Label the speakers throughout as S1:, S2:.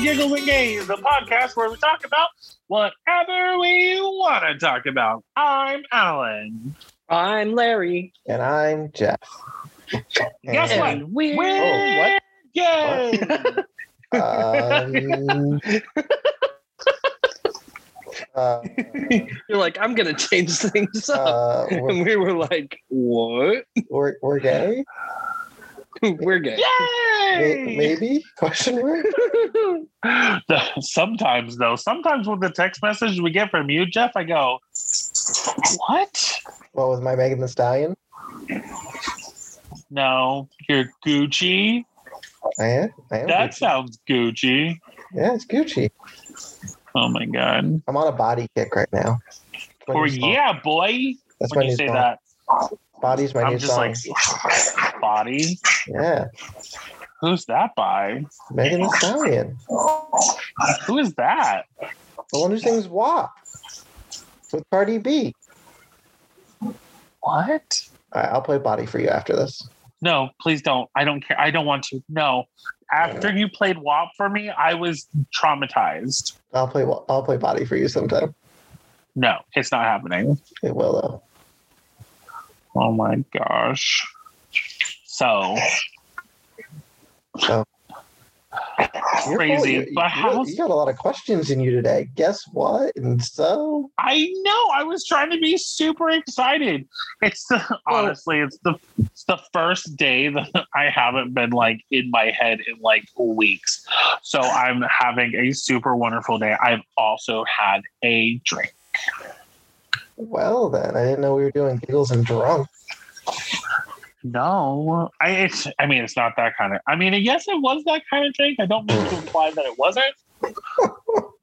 S1: Games, the podcast where we talk about whatever we want to talk about. I'm Alan.
S2: I'm Larry.
S3: And I'm Jeff.
S1: Guess
S3: And-
S1: what?
S2: And we're,
S3: Oh, what?
S1: Yay!
S3: Um, uh,
S2: you're like, I'm gonna change things up.
S3: uh, we're,
S2: and we were like, what?
S3: we're, we're gay?
S2: we're gay.
S3: May-
S1: Yay!
S3: Maybe? Question mark?
S1: Sometimes though, sometimes with the text message we get from you, Jeff, I go, "What?
S3: Well, with my Megan the Stallion?
S1: No, you're Gucci.
S3: I am. I am
S1: That
S3: Gucci.
S1: sounds Gucci."
S3: yeah, it's Gucci.
S1: Oh my god!
S3: I'm on a body kick right now. That's my
S1: Or
S3: new song.
S1: yeah, boy.
S3: That's my
S1: when
S3: new
S1: you say
S3: song.
S1: that,
S3: Body's my new
S1: I'm just
S3: song.
S1: like, "Body?
S3: Yeah,
S1: Who's that by?
S3: Megan the Stallion.
S1: Who is that?"
S3: The one who sings WAP with Cardi B.
S1: What?
S3: All right, I'll play Body for you after this.
S1: No, please don't. I don't care. I don't want to. No. After you played WAP for me, I was traumatized.
S3: I'll play. Wa- I'll play Body for you sometime.
S1: No, it's not happening.
S3: It will though.
S1: Oh my gosh. So
S3: So You're full-
S1: crazy.
S3: you- you-
S1: but how?
S3: you got a lot of questions in you today. Guess what? And so
S1: I know. I was trying to be super excited. It's the, honestly, it's the it's the first day that I haven't been like in my head in like weeks. So I'm having a super wonderful day. I've also had a drink.
S3: well then, I didn't know we were doing giggles and drunk.
S1: No, I. It's, I mean, it's not that kind of. I mean, yes, it was that kind of drink. I don't mean to imply that it wasn't,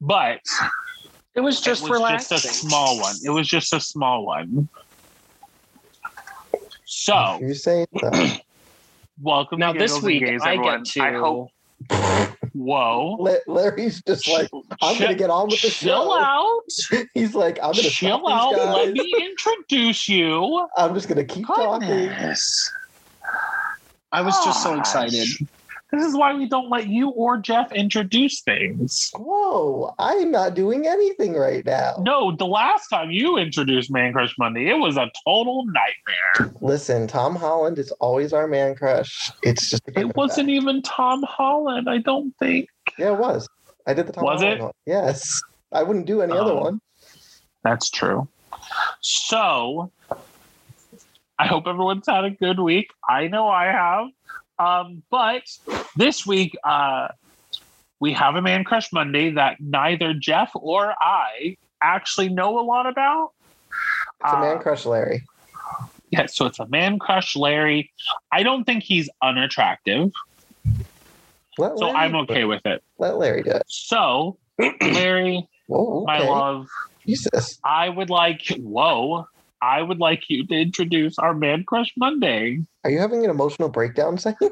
S1: but
S2: It was just
S1: it was
S2: relaxing.
S1: just a small one. It was just a small one. So,
S3: You're saying so.
S1: welcome
S2: now
S1: to
S2: this
S1: Giggles and
S2: week
S1: Gays,
S2: I
S1: everyone.
S2: get to
S1: I hope. Whoa.
S3: La- Larry's just like, I'm
S1: Chill-
S3: gonna get on with the
S1: chill
S3: show.
S1: out.
S3: He's like, I'm gonna stop
S1: Chill
S3: these
S1: out.
S3: guys.
S1: Let me introduce you.
S3: I'm just gonna keep talking.
S2: Goodness. I was just so
S1: Gosh.
S2: excited.
S1: Ah, This is why we don't let you or Jeff introduce things.
S3: Whoa, I'm not doing anything right now.
S1: No, the last time you introduced Man Crush Monday, it was a total nightmare.
S3: Listen, Tom Holland is always our man crush. It's just a given
S1: It wasn't even Tom Holland, I don't think.
S3: fact. Yeah, it was. I did the Tom
S1: Was
S3: Holland
S1: it?
S3: one. Yes. I wouldn't do any other
S1: Oh.
S3: one.
S1: That's true. So, I hope everyone's had a good week. I know I have. Um, but this week, uh, we have a Man Crush Monday that neither Jeff or I actually know a lot about.
S3: It's a man
S1: Uh,
S3: crush, Larry.
S1: Yeah, so it's a man crush, Larry. I don't think he's unattractive,
S3: Let
S1: so
S3: Larry,
S1: I'm okay with it.
S3: Let Larry do it.
S1: So, Larry,
S3: Whoa,
S1: my
S3: okay.
S1: love,
S3: Jesus.
S1: I would like, whoa, I would like you to introduce our Man Crush Monday.
S3: Are you having an emotional breakdown second?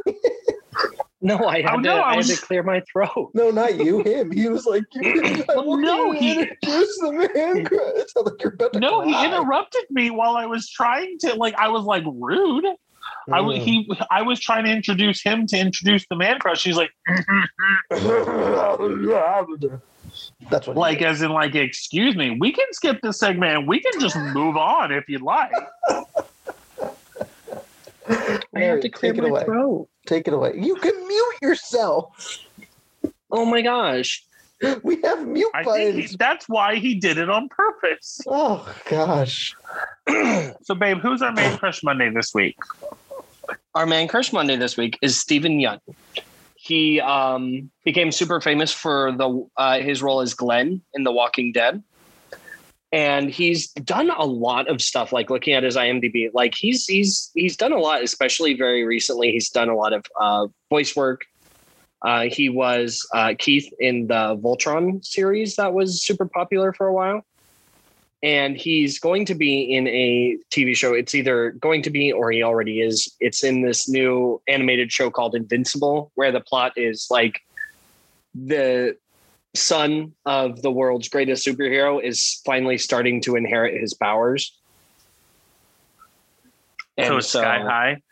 S2: No, I
S1: Oh,
S2: had,
S1: no,
S2: to,
S1: I
S2: I
S1: was-
S2: had to clear my throat.
S3: no, not you, him. He was like, I
S1: Well,
S3: want
S1: no,
S3: you to
S1: he-
S3: introduce the man crush. It sounds like you're about to
S1: No, he
S3: cry.
S1: interrupted me while I was trying to, like, I was like rude. I was
S3: Mm.
S1: he
S2: Hmm.
S1: I was trying to introduce him to introduce the Man Crush. He's like,
S3: That's what he
S1: like
S3: did.
S1: as in like, excuse me, we can skip this segment. and We can just move on if you'd like.
S2: I had
S3: Larry,
S2: to clear
S3: take it
S2: my
S3: away.
S2: throat.
S3: Take it away. You can mute yourself.
S2: Oh my gosh.
S3: We have mute
S1: I think
S3: buttons.
S1: he, that's why he did it on purpose.
S3: Oh gosh.
S1: So, babe, who's our main crush Monday this week?
S2: Our man crush Monday this week is Stephen Young. He um, became super famous for the uh, his role as Glenn in The Walking Dead, and he's done a lot of stuff. Like looking at his IMDb, like he's he's he's done a lot, especially very recently. He's done a lot of uh, voice work. Uh, he was uh, Keith in the Voltron series that was super popular for a while and he's going to be in a TV show. It's either going to be or he already is. It's in this new animated show called Invincible, where the plot is like the son of the world's greatest superhero is finally starting to inherit his powers.
S1: so it's Sky High.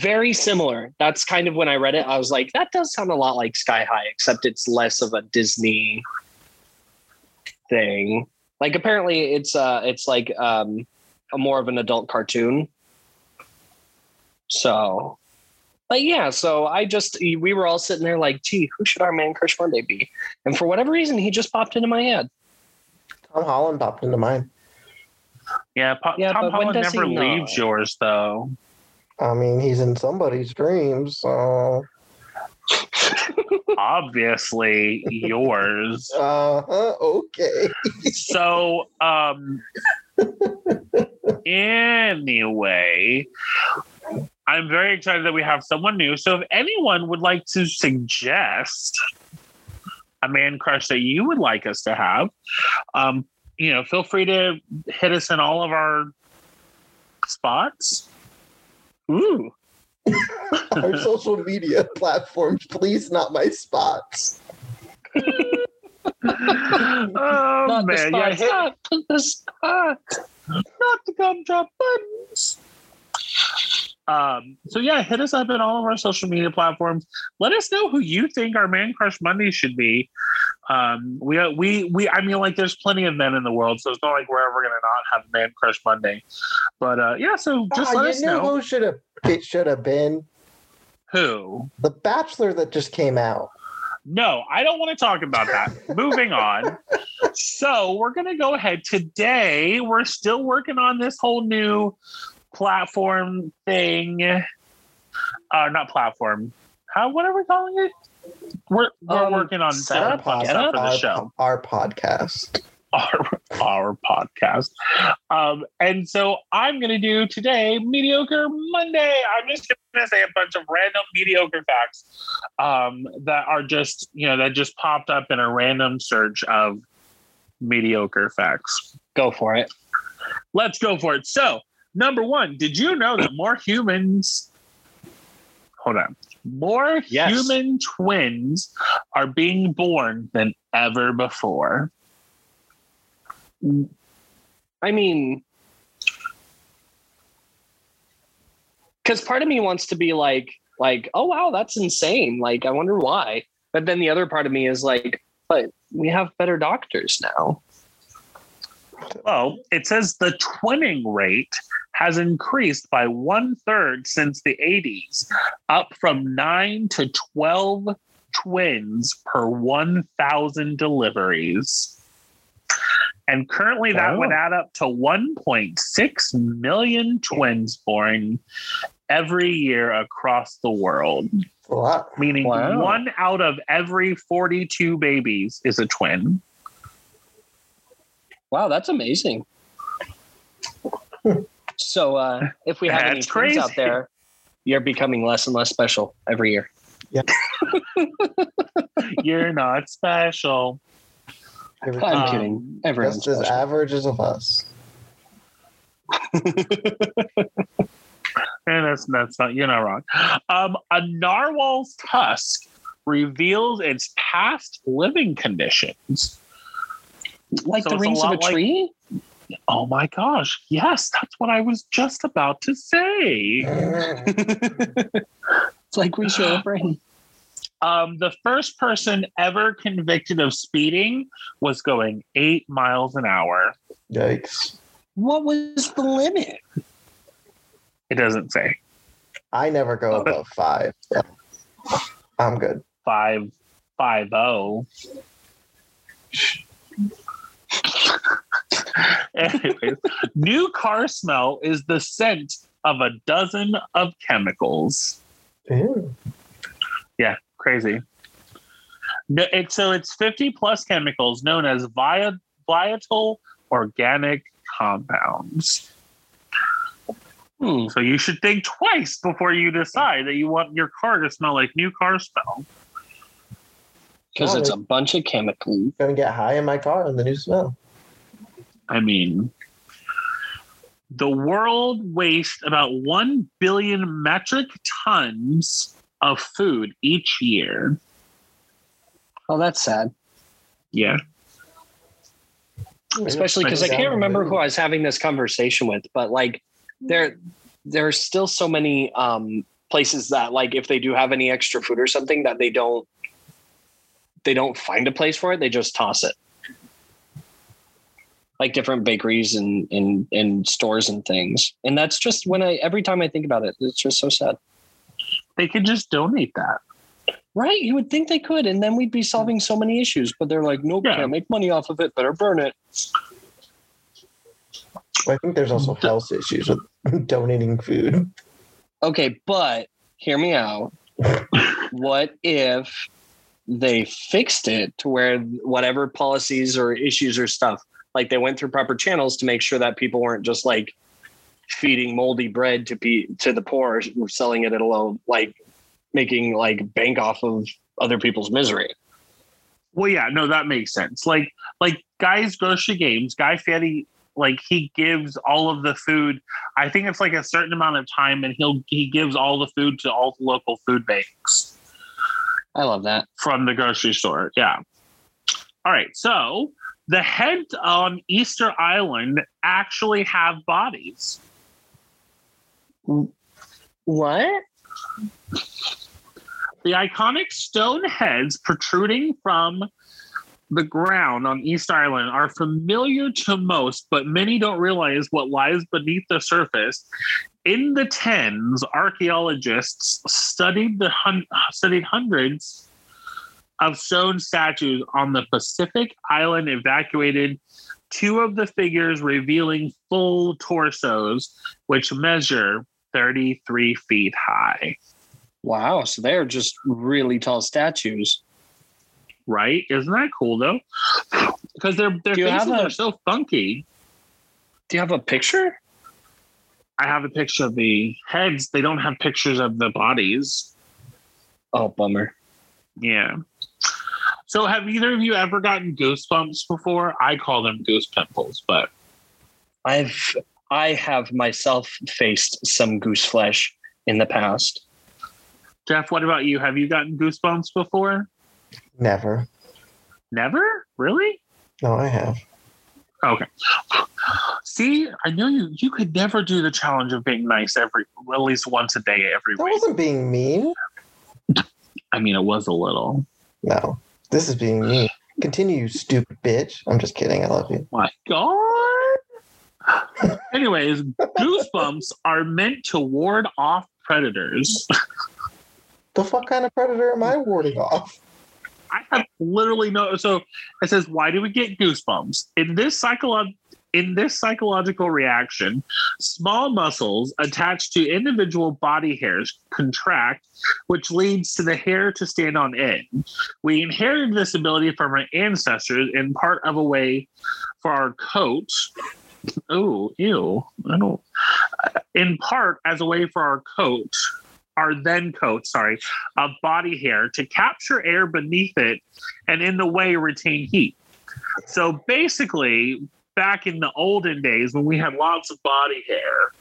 S2: Very similar. That's kind of when I read it. I was like, that does sound a lot like Sky High, except it's less of a Disney thing. Like apparently, it's uh, it's like um, a more of an adult cartoon. So, but yeah, so I just we were all sitting there like, gee, who should our man Crush Monday be? And for whatever reason, he just popped into my head.
S3: Tom Holland popped into mine.
S1: Yeah, po-
S2: Yeah,
S1: Tom
S2: but when
S1: Holland
S2: does he
S1: never
S2: know?
S1: leaves yours though.
S3: I mean, he's in somebody's dreams, so
S1: Obviously, yours.
S3: uh, huh, okay.
S1: So, um, anyway, I'm very excited that we have someone new. So, if anyone would like to suggest a man crush that you would like us to have, um, you know, feel free to hit us in all of our spots.
S2: Ooh,
S3: Our social media platforms, please, not my spots.
S1: oh
S2: not the
S1: man,
S2: spot,
S1: yeah, hit,
S2: not the spot.
S1: not the gumdrop buttons. Um, so yeah, hit us up in all of our social media platforms. Let us know who you think our man crush Monday should be. Um, we we we I mean like there's plenty of men in the world, so it's not like we're ever gonna not have man crush Monday. But uh yeah, so just
S3: Ah,
S1: let
S3: you
S1: us
S3: knew
S1: know
S3: who should have it should have been
S1: who.
S3: the Bachelor that just came out.
S1: No, I don't want to talk about that. Moving on. So we're going to go ahead. Today, we're still working on this whole new platform thing. Uh, not platform. How? What are we calling it? We're, we're
S2: Um,
S1: working on
S2: setup,
S1: setup,
S2: Uh,
S1: and stuff for
S2: setup,
S1: the
S3: our,
S1: show,
S3: our podcast.
S1: our, our podcast. Um, and so I'm going to do today Mediocre Monday. I'm just going to say a bunch of random mediocre facts um, that are just, you know, that just popped up in a random search of mediocre facts.
S2: Go for it.
S1: Let's go for it. So, number one, did you know that more humans, hold on, more
S2: Yes.
S1: human twins are being born than ever before?
S2: I mean, because part of me wants to be like, like, oh wow, that's insane. Like, I wonder why. But then the other part of me is like, but we have better doctors now.
S1: Well, it says the twinning rate has increased by one third since the 80s, up from nine to 12 twins per 1,000 deliveries. And currently, that
S2: Wow.
S1: would add up to 1.6 million twins born every year across the world,
S3: It's a lot.
S1: meaning
S2: Wow.
S1: one out of every 42 babies is a twin.
S2: Wow, that's amazing. so uh, if we have any
S1: That's
S2: twins out
S1: crazy.
S2: there, you're becoming less and less special every year.
S1: You're not special.
S2: I'm
S1: Um,
S2: kidding. Everyone's
S3: Just as
S2: special.
S3: average as of us.
S1: And Eh, that's that's not you're not wrong. Um, a narwhal's tusk reveals its past living conditions.
S2: like
S1: so
S2: the
S1: it's a
S2: rings of a
S1: lot like-
S2: tree.
S1: Oh my gosh! Yes, that's what I was just about to say.
S3: Mm.
S2: It's like we show a brain.
S1: Um, the first person ever convicted of speeding was going eight miles an hour.
S3: Yikes.
S2: What was the limit?
S1: It doesn't say
S3: I never go above five. so I'm good.
S1: five five oh. Anyways, new car smell is the scent of a dozen of chemicals.
S3: Ew.
S1: Crazy. No, it, so it's 50 plus chemicals known as via, volatile organic compounds.
S2: Hmm.
S1: So you should think twice before you decide that you want your car to smell like new car smell.
S2: Because
S3: Got
S2: it's
S3: it.
S2: a bunch of chemicals.
S3: Gonna get high in my car in the new smell.
S1: I mean, the world wastes about 1 billion metric tons of food each year.
S2: Oh, that's sad.
S1: Yeah.
S2: Especially because I
S3: Yeah.
S2: can't remember who I was having this conversation with, but like there there are still so many um places that like if they do have any extra food or something that they don't they don't find a place for it, they just toss it. Like different bakeries and and and stores and things. And that's just when I every time I think about it, it's just so sad.
S1: They could just donate that.
S2: Right? You would think they could, and then we'd be solving so many issues, but they're like, nope,
S1: Yeah.
S2: can't make money off of it, better burn it.
S3: I think there's also health issues with donating food.
S2: Okay, but hear me out. what if they fixed it to where whatever policies or issues or stuff, like they went through proper channels to make sure that people weren't just like feeding moldy bread to be to the poor or selling it at a low, like making like bank off of other people's misery.
S1: Well, yeah, no, that makes sense. Like, like guys goes to games. Guy Fieri, like he gives all of the food. I think it's like a certain amount of time, and he'll he gives all the food to all the local food banks
S2: I love that.
S1: from the grocery store. Yeah. All right. So the heads on Easter Island actually have bodies.
S2: What?
S1: The iconic stone heads protruding from the ground on East Island are familiar to most, but many don't realize what lies beneath the surface. In the tens, archaeologists studied the hun- studied hundreds of stone statues on the Pacific island evacuated. Two of the figures revealing full torsos, which measure 33 feet high.
S2: Wow. So they're just really tall statues.
S1: right? Isn't that cool though? Because their their
S2: Do you
S1: faces
S2: have a-
S1: are so funky.
S2: Do you have a picture?
S1: I have a picture of the heads. They don't have pictures of the bodies.
S2: Oh, bummer.
S1: Yeah. So have either of you ever gotten goosebumps before? I call them goose pimples, but
S2: I've I have myself faced some goose flesh in the past.
S1: Jeff, what about you? Have you gotten goosebumps before?
S3: Never.
S1: Never? Really?
S3: No, I have.
S1: See, I knew you you could never do the challenge of being nice every at least once a day every
S3: That
S1: week.
S3: wasn't being mean.
S1: I mean it was a little.
S3: No, this is being mean. Continue, you stupid bitch. I'm just kidding. I love you.
S1: my god. Anyways, goosebumps are meant to ward off predators.
S3: The fuck kind of predator am I warding off?
S1: I have literally no so it says why do we get goosebumps? In this psycholo- in this psychological reaction, small muscles attached to individual body hairs contract, which leads to the hair to stand on end. We inherited this ability from our ancestors in part of a way for our coat. Oh, ew. I don't in part as a way for our coat, our then coat, sorry, of body hair to capture air beneath it and in the way retain heat. So basically, back in the olden days when we had lots of body hair,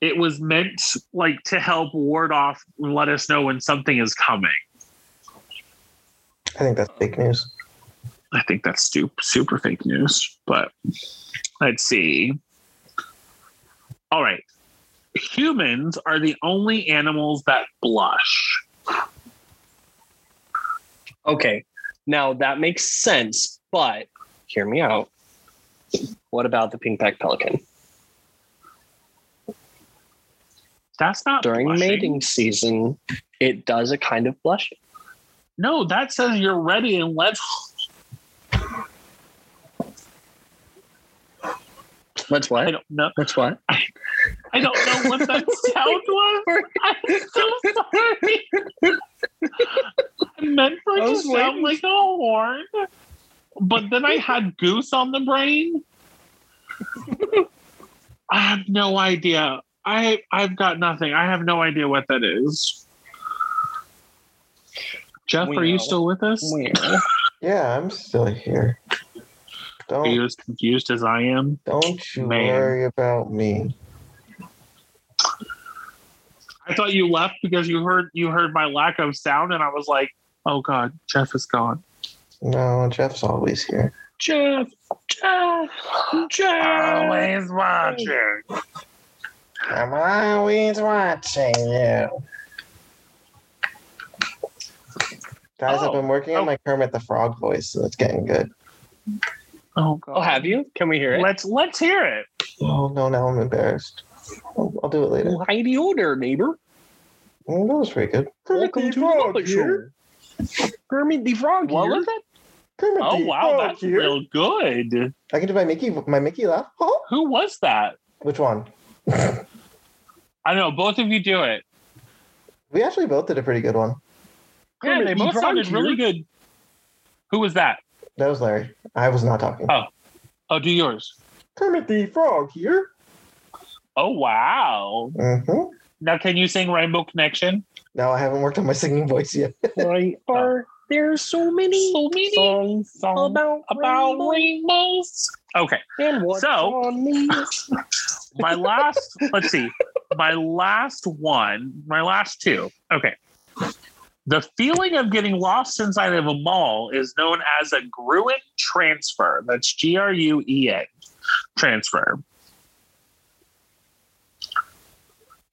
S1: it was meant like to help ward off and let us know when something is coming.
S3: I think that's fake news.
S1: I think that's super, super fake news, but let's see. All right. Humans are the only animals that blush.
S2: Okay. Now that makes sense, but hear me out. What about the pink-backed pelican?
S1: That's not
S2: During
S1: blushing.
S2: mating season, it does a kind of blushing.
S1: No, that says you're ready and let's.
S2: Let's
S1: I
S2: what?
S1: don't know.
S2: Let's what?
S1: I don't know what that sound was. I'm so sorry. I meant for it
S2: I
S1: to
S2: was
S1: sound
S2: waiting.
S1: like a horn, but then I had goose on the brain. I have no idea. I I've got nothing. I have no idea what that is. Jeff,
S2: We
S1: are you
S2: know.
S1: still with us?
S2: Well,
S3: Yeah, I'm still here.
S1: Are you
S3: Don't
S1: as confused as I am?
S3: don't you
S1: Man.
S3: worry about me.
S1: I thought you left because you heard you heard my lack of sound, and I was like, "Oh God, Jeff is gone."
S3: No, Jeff's always here.
S2: Jeff, Jeff, Jeff.
S1: watching.
S3: I'm always watching you. Guys, I've
S1: Oh.
S3: been working
S1: Oh.
S3: on my Kermit the Frog voice, so it's getting good.
S1: Oh god.
S2: Oh, have you? Can we hear it?
S1: Let's let's hear it.
S3: Oh no, now I'm embarrassed. I'll, I'll do it later.
S2: Heidi order, neighbor.
S3: Mm, That was pretty good.
S2: Welcome to the show. Kermit the Frog
S1: What
S2: here.
S1: was it?
S3: Kermit
S1: Oh
S3: the
S1: wow,
S3: Frog
S1: that's
S3: here.
S1: real good.
S3: I can do my Mickey, my Mickey laugh. Oh,
S1: Who was that?
S3: which one?
S1: I don't know. Both of you do it.
S3: We actually both did a pretty good one.
S1: Yeah,
S2: Kermit
S1: they
S2: the
S1: both
S2: Frog
S1: sounded
S2: here.
S1: really good. Who was that?
S3: That was Larry. I was not talking.
S1: Oh. Oh, do yours.
S3: Kermit the Frog here.
S1: Oh wow.
S3: hmm
S1: Now can you sing Rainbow Connection?
S3: No, I haven't worked on my singing voice yet.
S2: Why are there so many,
S1: So many
S2: songs
S1: Song
S2: about
S1: about
S2: rainbow
S1: rainbows. Okay.
S2: and what's
S1: So-
S2: on these?
S1: my last let's see my last one my last two okay the feeling of getting lost inside of a mall is known as a gruen transfer that's g-r-u-e-n E transfer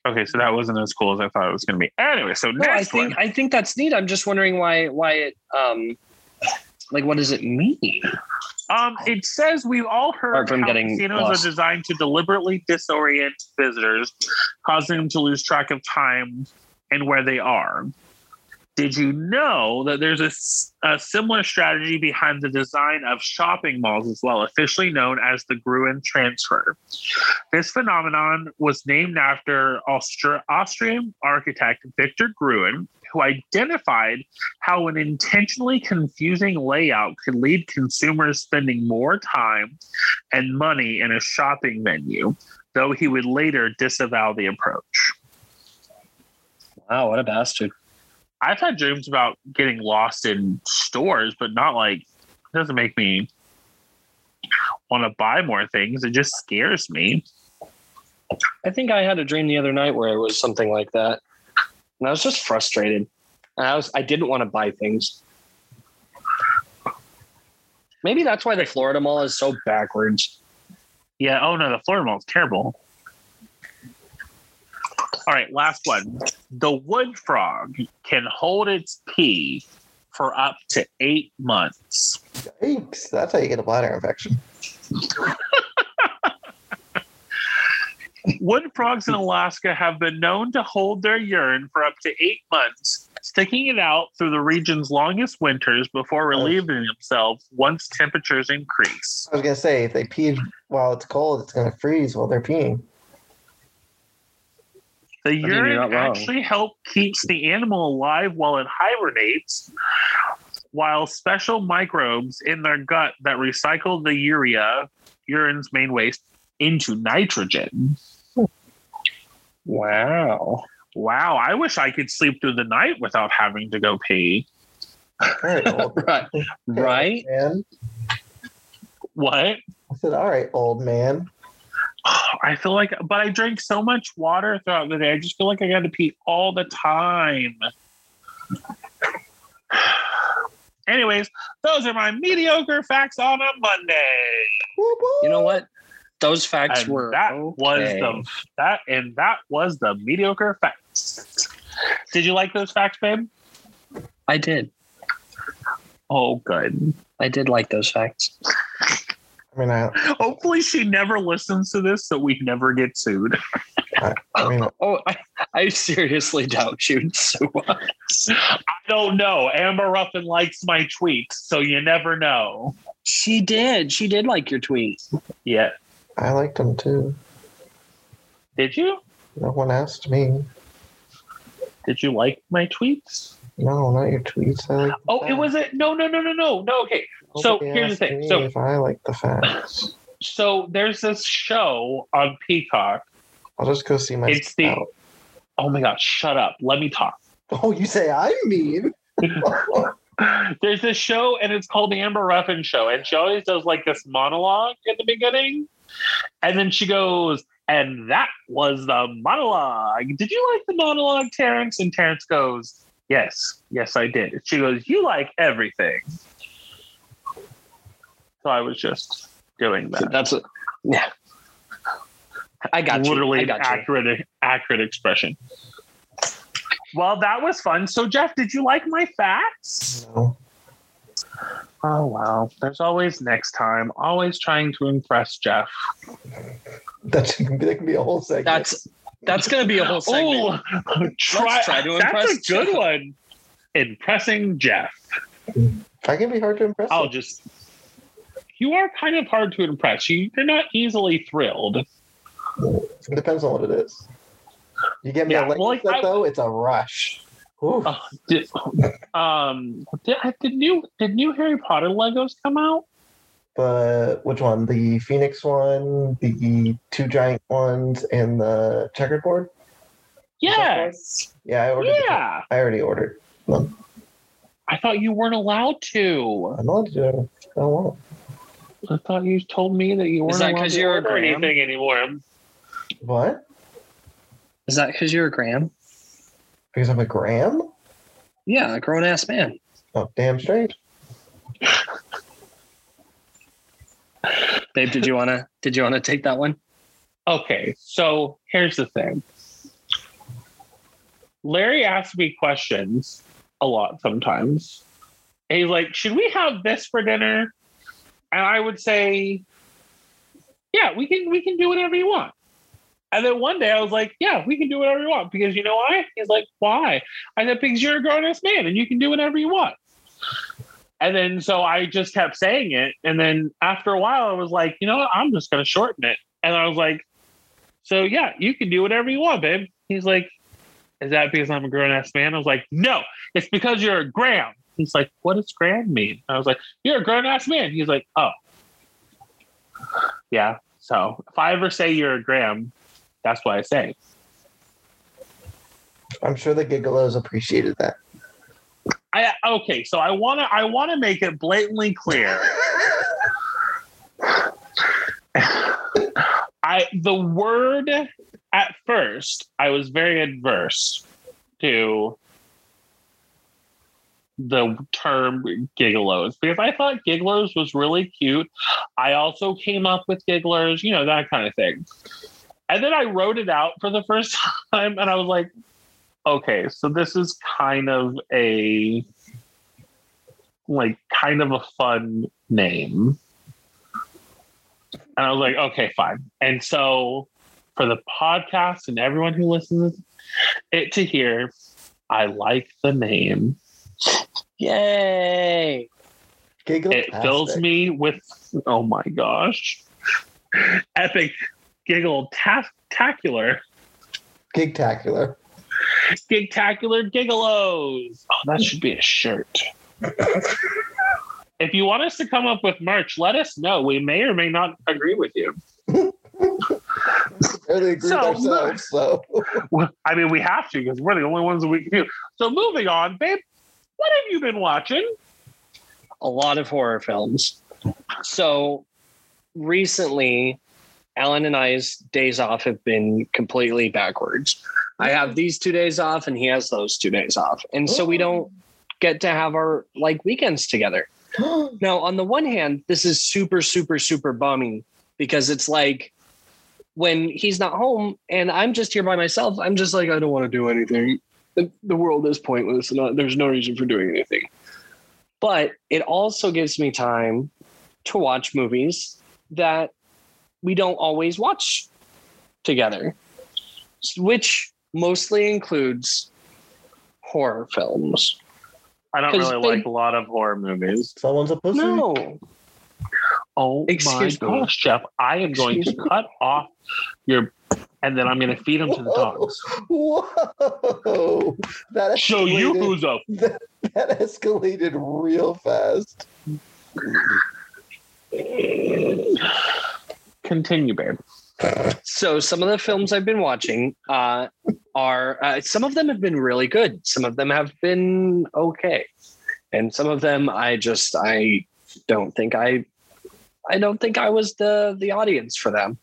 S1: okay so that wasn't as cool as i thought it was going to be anyway so
S2: No, Oh, I
S1: next
S2: think
S1: one
S2: I think that's neat. I'm just wondering why why it um like what does it mean?
S1: um, it says we've all heard
S2: Apart from
S1: how
S2: getting
S1: casinos
S2: lost.
S1: are designed to deliberately disorient visitors, causing them to lose track of time and where they are. Did you know that there's a, s- a similar strategy behind the design of shopping malls as well, officially known as the Gruen transfer? This phenomenon was named after Austra- Austrian architect Victor Gruen, who identified how an intentionally confusing layout could lead consumers spending more time and money in a shopping venue, though he would later disavow the approach.
S2: Wow, what a bastard.
S1: I've had dreams about getting lost in stores, but not like it doesn't make me want to buy more things. It just scares me.
S2: I think I had a dream the other night where it was something like that. And I was just frustrated. And I was I didn't want to buy things. Maybe that's why the Florida Mall is so backwards.
S1: Yeah. Oh no, the Florida mall is terrible. All right, last one. The wood frog can hold its pee for up to eight months.
S3: Yikes! That's how you get a bladder infection.
S1: Wood frogs in Alaska have been known to hold their urine for up to eight months, sticking it out through the region's longest winters before relieving themselves once temperatures increase.
S3: I was gonna say if they pee while it's cold, it's gonna freeze while they're peeing.
S1: The
S2: mean, you're not
S1: urine
S2: wrong.
S1: actually helps keeps the animal alive while it hibernates, while special microbes in their gut that recycle the urea, urine's main waste, into nitrogen.
S2: Wow.
S1: Wow, I wish I could sleep through the night without having to go pee.
S3: All right, old
S2: Right. Right?
S3: man.
S1: What?
S3: I said, all right, old man.
S1: I feel like, but I drink so much water throughout the day. I just feel like I got to pee all the time. Anyways, those are my mediocre facts on a Monday.
S3: Whoop, whoop.
S2: You know what? Those facts
S1: And
S2: were
S1: that was
S2: okay.
S1: the that and that was the mediocre facts. Did you like those facts, babe?
S2: I did.
S1: Oh, good.
S2: I did like those facts.
S3: I mean, I,
S1: Hopefully, she never listens to this, so we never get sued.
S3: I mean,
S2: Oh, I, I seriously doubt you so much.
S1: I don't know. Amber Ruffin likes my tweets, so you never know.
S2: She did. She did like your tweet.
S1: Yeah.
S3: I liked him too.
S1: Did you?
S3: No one asked me.
S1: Did you like my tweets?
S3: No, not your tweets. I like.
S1: Oh, it was a no, no, no, no, no, no. Okay, so here's the thing. So-
S3: if I like the facts,
S1: so there's this show on Peacock.
S3: I'll just go see my.
S1: It's the
S3: out.
S1: oh my gosh, shut up. Let me talk.
S3: Oh, you say I mean?
S1: There's this show, and it's called the Amber Ruffin Show, and she always does like this monologue at the beginning, and then she goes, "And that was the monologue. Did you like the monologue, Terrence?" And Terrence goes, "Yes, yes, I did." She goes, "You like everything." So I was just doing that.
S2: That's a, yeah. I got
S1: literally
S2: you. I got you.
S1: accurate accurate expression. Well, that was fun. So, Jeff, did you like my facts?
S3: No.
S1: Oh wow! There's always next time. Always trying to impress Jeff.
S3: That can be, that can be a whole segment.
S2: That's that's gonna be a whole segment.
S1: Oh, try,
S2: Let's try
S1: that's a
S2: to impress
S1: good
S2: Jeff.
S1: one. Impressing Jeff.
S3: I can be hard to impress.
S1: I'll just. You are kind of hard to impress. You, you're not easily thrilled.
S3: It depends on what it is. You get me
S1: Yeah,
S3: a link
S1: well, like, I-
S3: though, it's a rush. Uh, Ooh,
S1: Oh, did, um, did, did new did new Harry Potter Legos come out?
S3: but which one? The Phoenix one, the two giant ones, and the checkerboard.
S1: Yes.
S3: Yeah, I ordered. the-
S1: Yeah.
S3: I already ordered.
S1: I thought you weren't allowed to.
S3: I'm not doing. I don't want.
S1: I thought you told me that you weren't
S2: Is that
S1: allowed
S2: 'cause
S1: to
S2: you're a
S1: order
S2: gram?
S1: anything anymore.
S3: it. What?
S2: Is that because you're a Graham?
S3: Because I'm a gram?
S2: Yeah, a grown ass man.
S3: Oh, damn straight.
S2: Babe, did you wanna did you wanna take that one?
S1: Okay, so here's the thing. Larry asks me questions a lot sometimes. And he's like, should we have this for dinner? And I would say, Yeah, we can we can do whatever you want. And then one day I was like, Yeah, we can do whatever you want. Because you know why? He's like, Why? I said, Because you're a grown ass man and you can do whatever you want. And then so I just kept saying it. And then after a while, I was like, you know what? I'm just gonna shorten it. And I was like, so yeah, you can do whatever you want, babe. He's like, is that because I'm a grown ass man? I was like, no, it's because you're a gram. He's like, what does gram mean? I was like, you're a grown ass man. He's like, oh. Yeah. So if I ever say you're a gram, that's what I say.
S3: I'm sure the gigolos appreciated that.
S1: I okay, so I wanna I wanna make it blatantly clear. I the word at first I was very adverse to the term gigolos because I thought gigolos was really cute. I also came up with gigglers, you know, that kind of thing. And then I wrote it out for the first time and I was like, okay, so this is kind of a like kind of a fun name. And I was like, okay, fine. And so for the podcast and everyone who listens it to hear, I like the name.
S2: Yay.
S3: Giggle.
S1: It fills me with oh my gosh. Epic giggle tacular.
S3: Gigtacular.
S1: Gigtacular Gigolos. Oh, that should be a shirt. if you want us to come up with merch, let us know. We may or may not agree with you.
S3: We already agreed
S1: So,
S3: ourselves, so
S1: Well, I mean, we have to because we're the only ones that we can do. So, moving on, babe, what have you been watching?
S2: a lot of horror films. So recently, Alan and I's days off have been completely backwards. I have these two days off, and he has those two days off. And so we don't get to have our like weekends together. Now, on the one hand, this is super, super, super bummy because it's like when he's not home and I'm just here by myself, I'm just like, I don't want to do anything. The, the world is pointless. and there's no reason for doing anything. But it also gives me time to watch movies that we don't always watch together, which mostly includes horror films.
S1: I don't
S2: 'Cause
S1: really
S2: they-
S1: like a lot of horror movies.
S3: someone's a pussy.
S2: No.
S1: Oh
S2: Excuse
S1: my
S2: me.
S1: gosh, Jeff, I am going to cut off your, and then I'm going to feed them to the dogs.
S3: Whoa! Whoa. That escalated,
S1: Show you who's up.
S3: that escalated real fast.
S1: Continue, babe.
S2: So some of the films I've been watching uh, are uh, some of them have been really good. Some of them have been okay, and some of them I just I don't think I I don't think I was the the audience for them.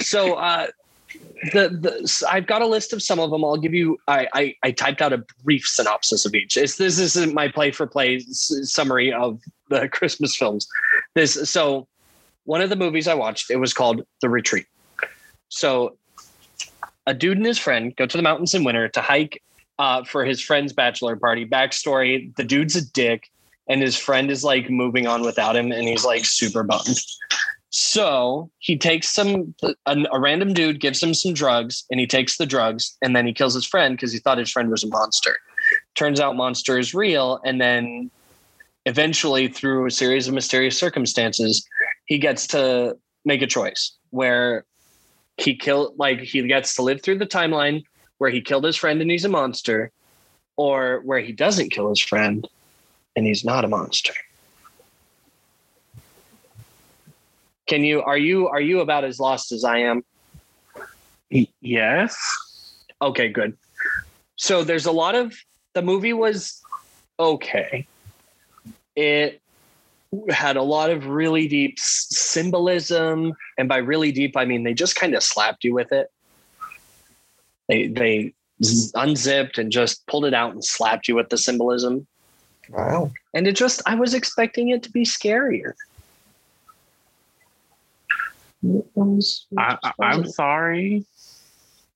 S2: So uh, the the s- I've got a list of some of them. I'll give you. I I, I typed out a brief synopsis of each. It's, this isn't my play for play s- summary of the Christmas films. This so one of the movies I watched. It was called The Retreat. So, a dude and his friend go to the mountains in winter to hike uh, for his friend's bachelor party. Backstory: the dude's a dick, and his friend is like moving on without him, and he's like super bummed. So he takes some a, a random dude gives him some drugs, and he takes the drugs, and then he kills his friend because he thought his friend was a monster. Turns out monster is real, and then eventually, through a series of mysterious circumstances, he gets to make a choice where he kill like he gets to live through the timeline where he killed his friend and he's a monster, or where he doesn't kill his friend and he's not a monster. Can you are you are you about as lost as I am?
S1: Yes.
S2: Okay, good. So there's a lot of the movie was okay. It had a lot of really deep s- symbolism, and by really deep I mean they just kind of slapped you with it. They they z- unzipped and just pulled it out and slapped you with the symbolism.
S3: Wow.
S2: And it just I was expecting it to be scarier. It was- it
S1: I, I,
S2: just
S1: I'm
S2: wasn't.
S1: sorry.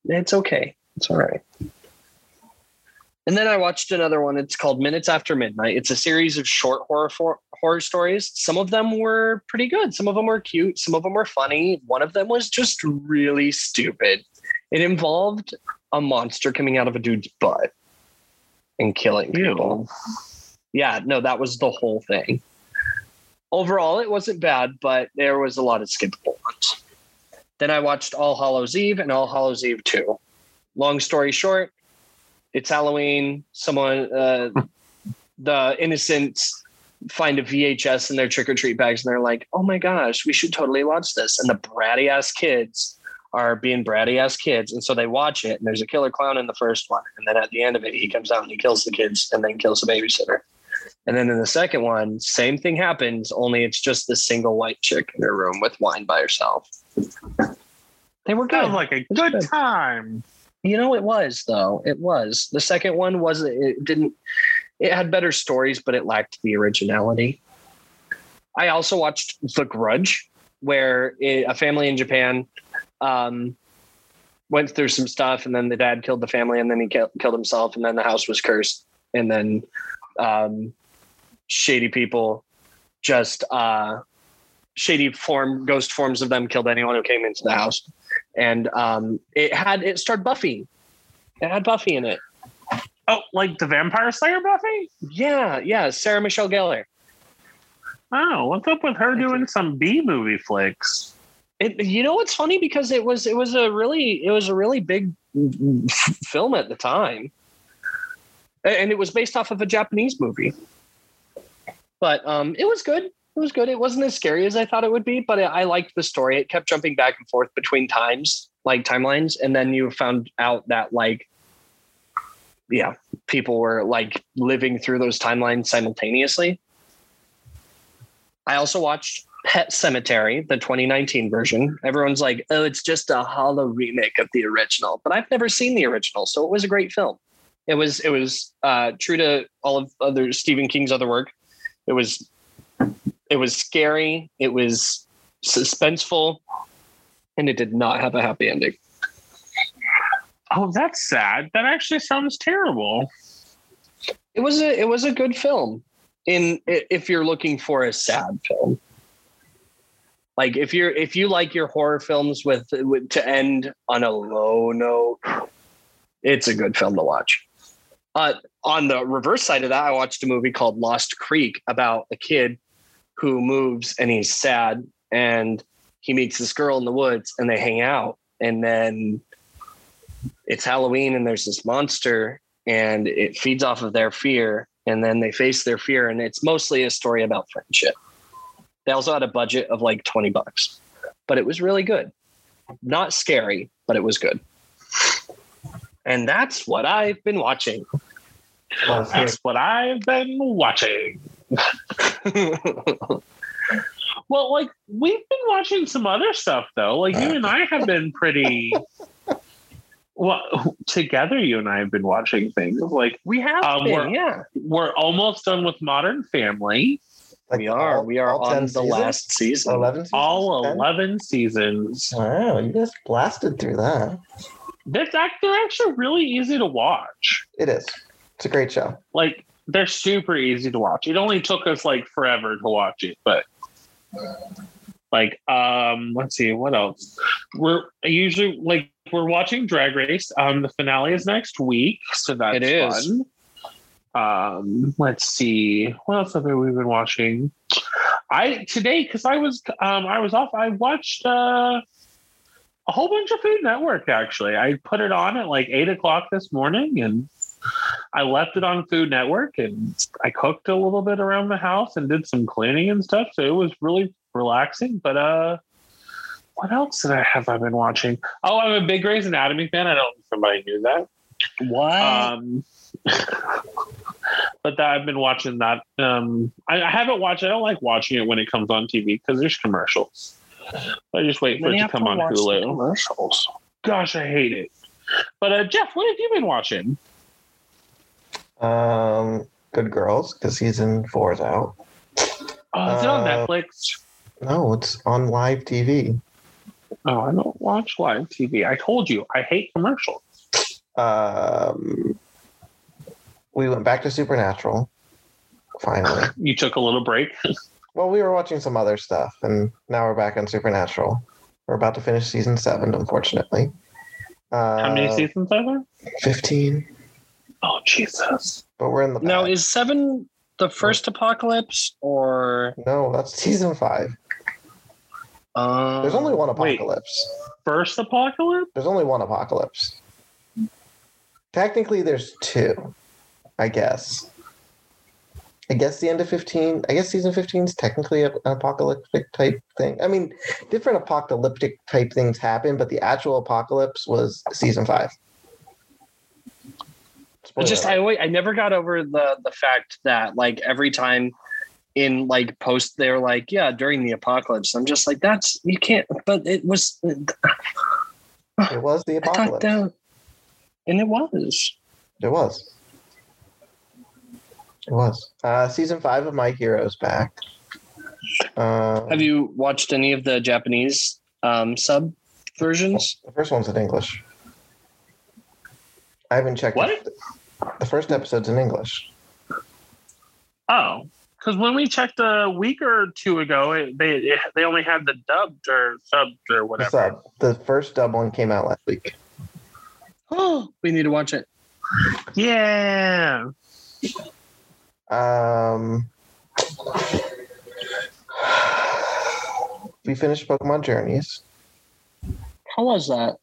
S2: It's okay. It's all right. And then I watched another one. It's called Minutes After Midnight. It's a series of short horror for, horror stories. Some of them were pretty good. Some of them were cute. Some of them were funny. One of them was just really stupid. It involved a monster coming out of a dude's butt and killing people. Yeah, no, that was the whole thing. Overall, it wasn't bad, but there was a lot of skippable ones. Then I watched All Hallows Eve and All Hallows Eve 2. Long story short, it's Halloween. Someone, uh, the innocents find a VHS in their trick or treat bags and they're like, oh my gosh, we should totally watch this. And the bratty ass kids are being bratty ass kids. And so they watch it and there's a killer clown in the first one. And then at the end of it, he comes out and he kills the kids and then kills the babysitter. And then in the second one, same thing happens, only it's just the single white chick in her room with wine by herself. They were good
S1: Sounds like a good
S2: good.
S1: time.
S2: you know it was though it was the second one was it didn't it had better stories but it lacked the originality i also watched the grudge where it, a family in japan um went through some stuff and then the dad killed the family and then he ki- killed himself and then the house was cursed and then um shady people just uh shady form ghost forms of them killed anyone who came into the house and um, it had it starred Buffy. It had Buffy in it.
S1: Oh, like the Vampire Slayer Buffy?
S2: Yeah, yeah, Sarah Michelle Gellar.
S1: Oh, what's up with her
S2: Thank you.
S1: doing some B movie flicks?
S2: It, you know what's funny because it was it was a really it was a really big film at the time, A- and it was based off of a Japanese movie. But um, it was good. It was good. It wasn't as scary as I thought it would be, but I I liked the story. It kept jumping back and forth between times, like timelines, and then you found out that like, yeah, people were like living through those timelines simultaneously. I also watched Pet Cemetery, the 2019 version. Everyone's like, oh, it's just a hollow remake of the original. But I've never seen the original, so it was a great film. It was it was uh, true to all of other Stephen King's other work. It was it was scary, it was suspenseful, and it did not have a happy ending.
S1: Oh, that's sad. That actually sounds terrible.
S2: It was a it was a good film. In i- if you're looking for a sad film, like if you're if you like your horror films with, with to end on a low note, it's a good film to watch. Uh, on the reverse side of that, I watched a movie called Lost Creek about a kid who moves and he's sad and he meets this girl in the woods and they hang out and then it's Halloween and there's this monster and it feeds off of their fear and then they face their fear and it's mostly a story about friendship they also had a budget of like 20 bucks but it was really good not scary but it was good and that's what i've been watching
S3: Well, it's
S1: That's what I've been watching. Well, like we've been watching some other stuff though. Like you and I have been pretty well together. You and I have been watching things. Like
S2: we have
S1: Um,
S2: been,
S1: we're-
S2: yeah
S1: we're almost done with Modern Family.
S3: Like
S2: we are.
S3: all-
S2: we are
S3: all
S2: on
S3: 10
S2: the
S3: seasons?
S2: last season.
S3: Eleven. Seasons?
S1: All
S3: 10?
S1: 11 seasons.
S3: Wow, you just blasted through that.
S1: That's act, they're actually really easy to watch.
S3: It is. It's a great show.
S1: Like, they're super easy to watch. It only took us like forever to watch it, but like, um, let's see, what else? We're usually like, we're watching Drag Race. Um, the finale is next week, so that's
S2: It is.
S1: fun. Um, let's see, what else have we been watching? I today because I was um I was off. I watched uh, a whole bunch of Food Network. Actually, I put it on at like eight o'clock this morning, and I left it on Food Network, and I cooked a little bit around the house and did some cleaning and stuff. So it was really relaxing. But uh, what else did I have? I've been watching. Oh, I'm a big Grey's Anatomy fan. I don't know if somebody knew that.
S2: What?
S1: Um, but that, I've been watching that. Um, I, I haven't watched. I don't like watching it when it comes on TV because there's commercials. I just wait for
S2: Then
S1: it
S2: you
S1: to
S2: have
S1: come
S2: to
S1: on
S2: watch the
S1: Hulu. Commercials. Gosh, I hate it. But uh, Jeff, what have you been watching?
S3: Um, Good Girls because season four is out.
S1: Oh, is it on
S3: Uh,
S1: Netflix?
S3: No, it's on live TV.
S1: Oh, I don't watch live TV. I told you, I hate commercials.
S3: Um, we went back to Supernatural. Finally.
S1: You took a little break.
S3: Well, we were watching some other stuff, and now we're back on Supernatural. We're about to finish season seven, unfortunately. Uh,
S1: How many seasons are there?
S3: Fifteen.
S1: Oh, Jesus.
S3: But we're in the
S2: now
S3: back.
S2: is seven the first apocalypse or
S3: no, that's season five.
S2: um,
S3: There's only one
S1: wait.
S3: apocalypse.
S1: First apocalypse?
S3: There's only one apocalypse. Technically, there's two, I guess. I guess the end of 15, I guess season 15 is technically a- an apocalyptic type thing. I mean, different apocalyptic type things happen, but the actual apocalypse was season five.
S2: I just I always, I never got over the the fact that like every time in like post they're like yeah during the apocalypse I'm just like that's you can't but it was
S3: it was the
S2: I thought
S3: apocalypse.
S2: that and it was
S3: It was. It was. Uh, season five of My Heroes back. Uh,
S2: have you watched any of the Japanese um, sub versions
S3: The first one's in English. I haven't checked.
S1: What?
S3: it. The first episode's in English.
S1: Oh, because when we checked a week or two ago, it, they it, they only had the dubbed or subbed or
S3: The
S1: whatever.
S3: sub. The first dub one came out last week.
S2: oh we need to watch it
S1: Yeah.
S3: Um, we finished Pokemon Journeys.
S2: how was that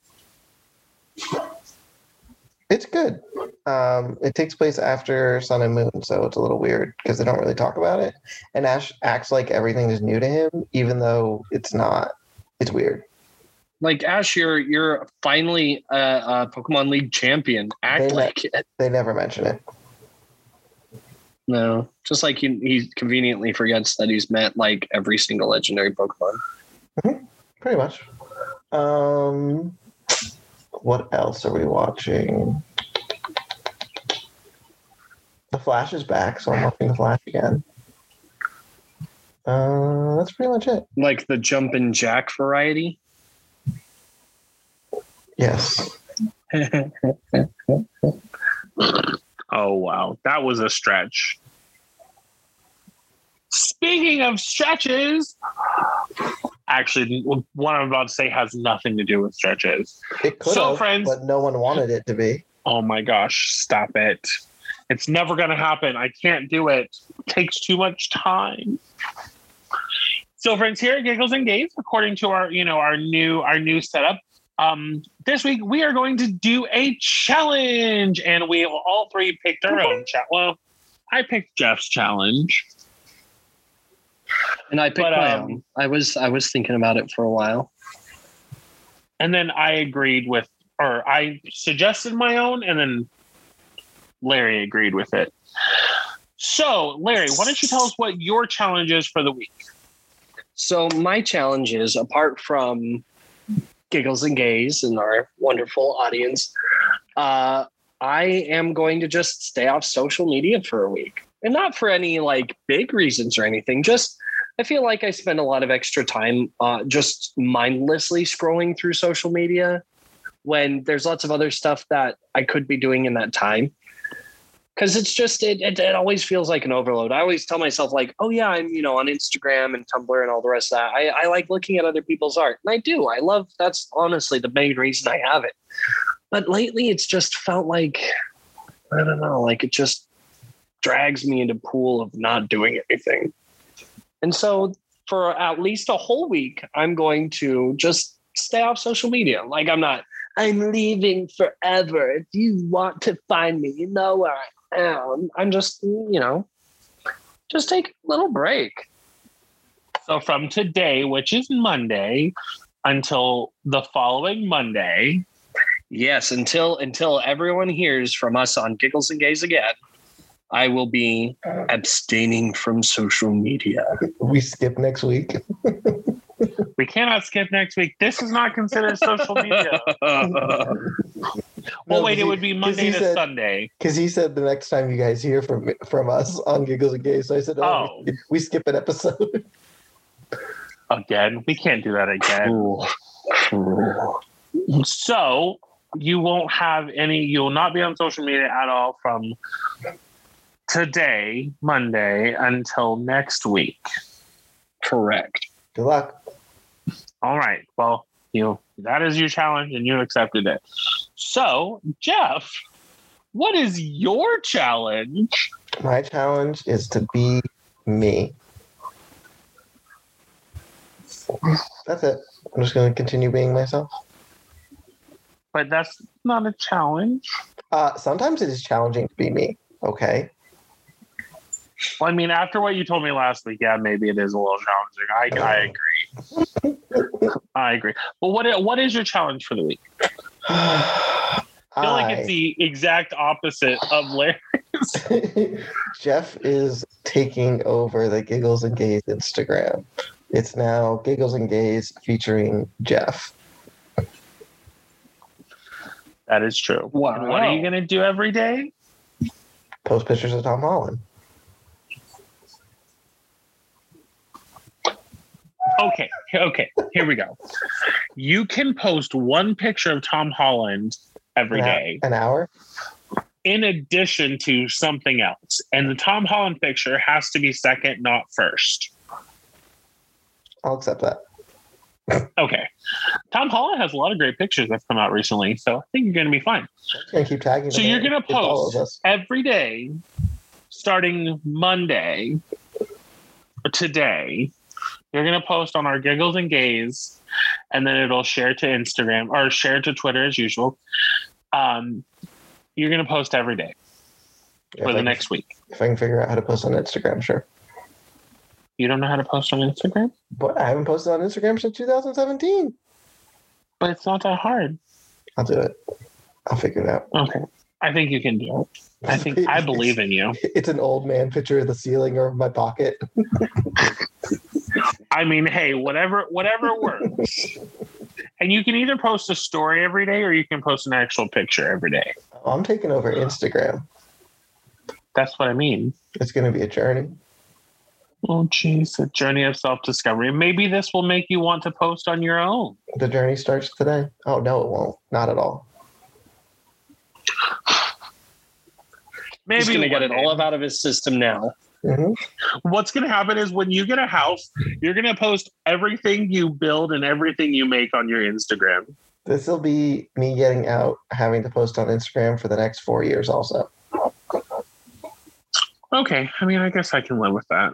S3: It's good. Um, it takes place after Sun and Moon, so it's a little weird because they don't really talk about it. And Ash acts like everything is new to him, even though it's not. It's weird.
S2: like Ash you're you're finally a, a Pokemon League champion act
S3: They let-
S2: like it.
S3: They never mention it.
S2: No, just like he, he conveniently forgets that he's met like every single legendary Pokemon.
S3: pretty much. Um, what else are we watching? The Flash is back, so I'm watching The Flash again. Uh, that's pretty much it.
S2: Like the Jump and Jack variety.
S3: Yes,
S1: Oh wow, that was a stretch. Speaking of stretches, actually, what I'm about to say has nothing to do with stretches.
S3: it could
S1: So,
S3: have,
S1: friends-
S3: but no one wanted it to be.
S1: Oh my gosh, stop it! It's never gonna happen. I can't do it. it takes too much time. So, friends, here at Giggles and Games, according to our you know our new our new setup, um, this week we are going to do a challenge, and we have all three picked our own challenge. Well, I picked Jeff's challenge.
S2: And I picked
S1: But,
S2: my
S1: um,
S2: own. I was I was thinking about it for a while.
S1: and then I agreed with, or I suggested my own, and then Larry agreed with it. So, Larry, why don't you tell us what your challenge is for the week?
S2: So my challenge is apart from giggles and gays and our wonderful audience, uh, I am going to just stay off social media for a week. and not for any like big reasons or anything. Just I feel like I spend a lot of extra time uh, just mindlessly scrolling through social media when there's lots of other stuff that I could be doing in that time. Because it's just it, it it always feels like an overload. I always tell myself like, oh yeah, I'm you know on Instagram and Tumblr and all the rest of that. I, I like looking at other people's art, and I do. I love that's honestly the main reason I have it. But lately, it's just felt like I don't know, like it just drags me into a pool of not doing anything. And so for at least a whole week, I'm going to just stay off social media. Like I'm not, I'm leaving forever. If you want to find me, you know where I am. I'm just, you know, just take a little break.
S1: So from today, which is Monday, until the following Monday,
S2: Yes, until until everyone hears from us on Giggles and Gays again, I will be abstaining from social media.
S3: We skip next week.
S1: we cannot skip next week. This is not considered social media.
S2: That's
S1: Well,
S3: No,
S1: wait,
S3: 'cause
S1: it
S3: he-
S1: would be
S3: 'cause
S1: Monday
S3: he
S1: to
S3: said-
S1: Sunday.
S3: Because he said the next time you guys hear from from us on Giggles and Gays, so I said, "Oh,
S1: Oh.
S3: we- we skip an episode."
S1: Again, we can't do that again. So you won't have any. You will not be on social media at all from today, Monday, until next week.
S2: correct.
S3: Good luck.
S1: All right. Well, you that is your challenge, and you accepted it. So, Jeff, what is your challenge?
S3: My challenge is to be me. That's it. I'm just going to continue being myself.
S1: But that's not a challenge.
S3: Uh, sometimes it is challenging to be me. Okay.
S1: Well, I mean, after what you told me last week, yeah, maybe it is a little challenging. I, I agree. I agree. But what what is your challenge for the week?
S3: I
S1: I feel like it's the exact opposite of Larry.
S3: Jeff is taking over the Giggles and Gaze Instagram. It's now Giggles and Gaze featuring Jeff.
S1: That is true.
S2: Wow.
S1: And What are you going to do every day?
S3: Post pictures of Tom Holland.
S1: Okay. Okay. Here we go. You can post one picture of Tom Holland every
S3: an, hou-
S1: day.
S3: an hour.
S1: in addition to something else. And the Tom Holland picture has to be second, not first.
S3: I'll accept that.
S1: Okay. Tom Holland has a lot of great pictures that's come out recently. So I think you're going to be fine.
S3: I'm just gonna keep tagging.
S1: So
S3: them
S1: you're
S3: in.
S1: gonna
S3: It's all of
S1: post.
S3: us.
S1: Every day, starting Monday, or today, you're going to post on our Giggles and Gaze, and then it'll share to Instagram or share to Twitter as usual. Um, you're going to post every day
S3: If I
S1: for the
S3: can-
S1: next week.
S3: If I can figure out how to post on Instagram, sure.
S1: You don't know how to post on Instagram,
S3: But I haven't posted on Instagram since 2017.
S1: but it's not that hard.
S3: I'll do it. I'll figure it out.
S1: Okay. I think you can do it. I think I believe in you.
S3: It's an old man picture of the ceiling or of my pocket.
S1: I mean, hey, whatever whatever works. And you can either post a story every day or you can post an actual picture every day.
S3: I'm taking over Instagram.
S1: That's what I mean.
S3: It's going to be a journey.
S1: Oh jeez, a journey of self-discovery. Maybe this will make you want to post on your own.
S3: The journey starts today. Oh no, it won't. Not at all.
S1: Maybe
S2: He's going to get
S1: one
S2: it
S1: day.
S2: all out of his system now.
S3: hmm
S1: What's going to happen is when you get a house, you're going to post everything you build and everything you make on your Instagram.
S3: This will be me getting out, having to post on Instagram for the next four years. Also,
S1: Okay. I mean, I guess I can live with that.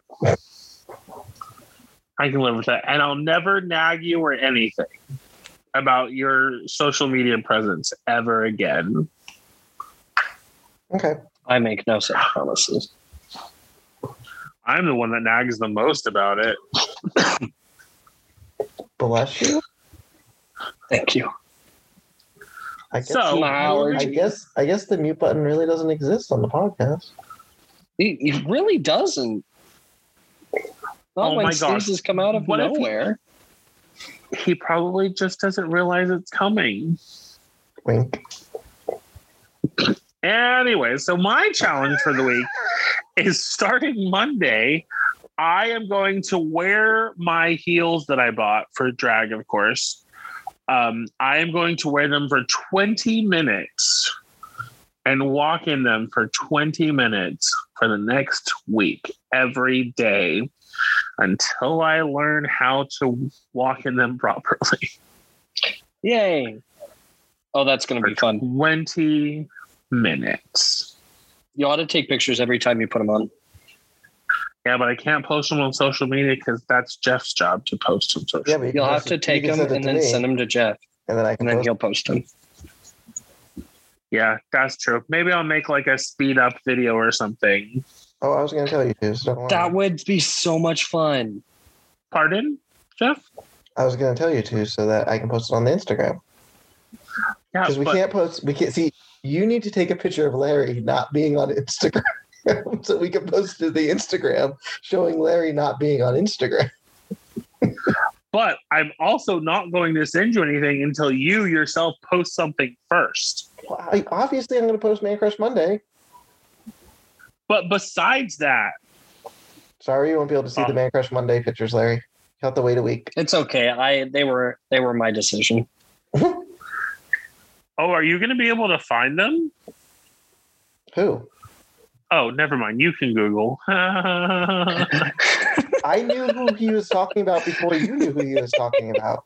S1: I can live with that. And I'll never nag you or anything about your social media presence ever again.
S3: okay.
S2: I make no such promises.
S1: I'm the one that nags the most about it.
S3: Bless you.
S2: Thank you.
S3: I guess.
S1: So,
S2: Flowers.
S3: I guess. I guess the mute button really doesn't exist on the podcast.
S2: He, he really doesn't. Not
S1: Oh
S2: when
S1: my gosh.
S2: sneezes come out of
S1: What if he-
S2: nowhere.
S1: he probably just doesn't realize it's coming.
S3: Wink.
S1: Anyway, so my challenge for the week is starting Monday, I am going to wear my heels that I bought for drag, of course. Um, I am going to wear them for 20 minutes and walk in them for 20 minutes for the next week, every day, until I learn how to walk in them properly.
S2: Yay. Oh, that's going to be fun.
S1: 20 minutes.
S2: You ought to take pictures every time you put them on.
S1: Yeah, but I can't post them on social media because that's Jeff's job to post on social.
S3: Yeah,
S1: Yeah,
S3: but you
S2: You'll
S3: can
S2: have
S3: also-
S2: to
S3: you
S2: take them
S3: can send it
S2: and
S3: to
S2: then
S3: me,
S2: send them to Jeff,
S3: and then I
S2: and
S3: can
S2: then
S3: post-
S2: he'll post them.
S1: that's true. Maybe I'll make like a speed up video or something.
S3: Oh, I was going to tell you to. So don't worry.
S2: That would be so much fun.
S1: Pardon, Jeff?
S3: I was going to tell you to, so that I can post it on the Instagram.
S1: Yeah,
S3: Because we
S1: but-
S3: can't post. We can't see. You need to take a picture of Larry not being on Instagram. So we can post to the Instagram showing Larry not being on Instagram.
S1: but I'm also not going to send you anything until you yourself post something first.
S3: Well, I, obviously, I'm going to post Man Crush Monday.
S1: But besides that,
S3: Sorry, you won't be able to see the Man Crush Monday pictures, Larry. You will have to wait a week.
S2: It's okay. I they were they were my decision.
S1: oh, are you going to be able to find them?
S3: Who?
S1: Oh, never mind. You can Google. oh,
S3: I knew who he was talking about before you knew who he was talking about.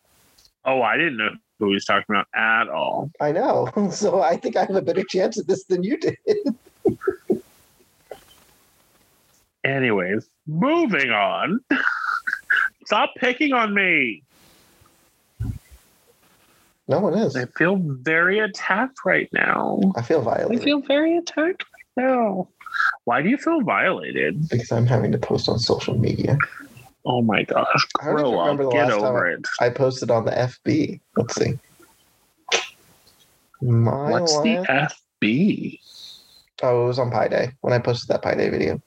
S1: I didn't know who he was talking about at all.
S3: I know. So I think I have a better chance at this than you did.
S1: Anyways, moving on. Stop picking on me.
S3: No one is.
S1: I feel very attacked right now.
S3: I feel
S2: I
S3: violated
S2: feel very attacked right now.
S1: Why do you feel violated?
S3: because I'm having to post on social media.
S1: Oh my gosh.
S3: I don't even
S1: Grow
S3: remember the
S1: up. Get
S3: last time
S1: over it.
S3: I posted on the FB. Let's see. My
S1: What's the
S3: last-
S1: FB?
S3: oh, it was on Pi Day when I posted that Pi Day video.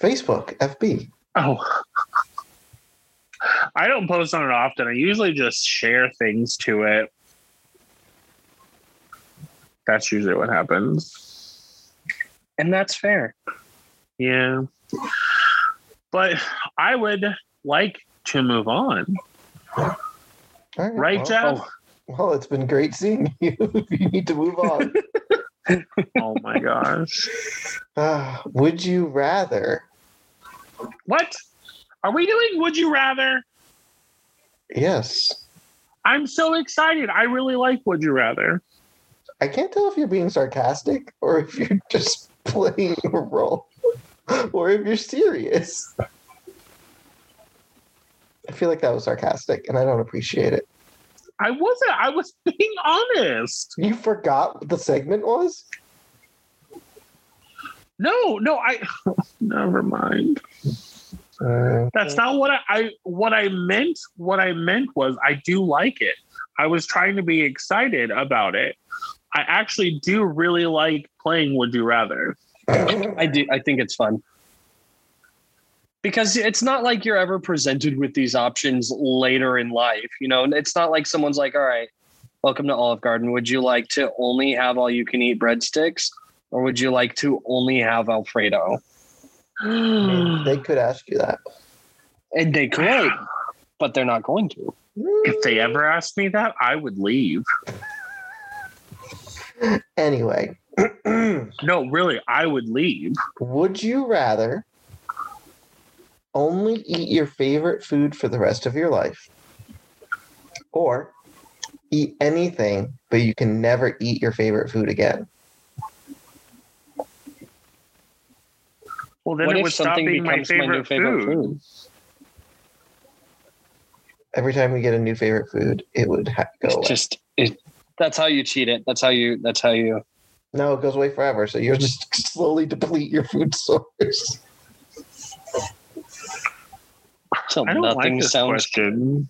S3: Facebook, FB.
S1: Oh. I don't post on it often. I usually just share things to it. That's usually what happens.
S2: And that's fair.
S1: Yeah. But I would like to move on.
S3: All
S1: Right,
S3: well,
S1: Jeff?
S3: Well, it's been great seeing you. you need to move on.
S1: oh my gosh.
S3: Ah, would you rather?
S1: What? Are we doing Would You Rather?
S3: Yes.
S1: I'm so excited. I really like Would You Rather.
S3: I can't tell if you're being sarcastic or if you're just playing a role or if you're serious. I feel like that was sarcastic and I don't appreciate it.
S1: I wasn't. I was being honest.
S3: You forgot what the segment was?
S1: No, no, I never mind.
S3: Uh,
S1: That's not what I, I what I meant. What I meant was I do like it. I was trying to be excited about it. I actually do really like playing Would You Rather.
S2: I do I think it's fun. Because it's not like you're ever presented with these options later in life, you know, and it's not like someone's like, all right, welcome to Olive Garden. Would you like to only have all you can eat breadsticks? Or would you like to only have Alfredo?
S3: I mean, they could ask you that.
S2: And they could, but they're not going to.
S1: if they ever asked me that, I would leave.
S3: Anyway,
S1: No, really, I would leave.
S3: would you rather only eat your favorite food for the rest of your life or eat anything but you can never eat your favorite food again?
S1: Well, then
S2: what
S1: it
S2: if
S1: would stop
S2: something
S1: being my
S2: becomes my,
S1: favorite,
S2: new favorite
S1: food.
S2: food?
S3: Every time we get a new favorite food, it would ha- go away.
S2: It's just it, that's how you cheat it. That's how you that's how you
S3: no, it goes away forever. So you'll just slowly deplete your food source.
S2: so
S1: I don't
S2: nothing
S1: like this
S2: sounds
S1: question.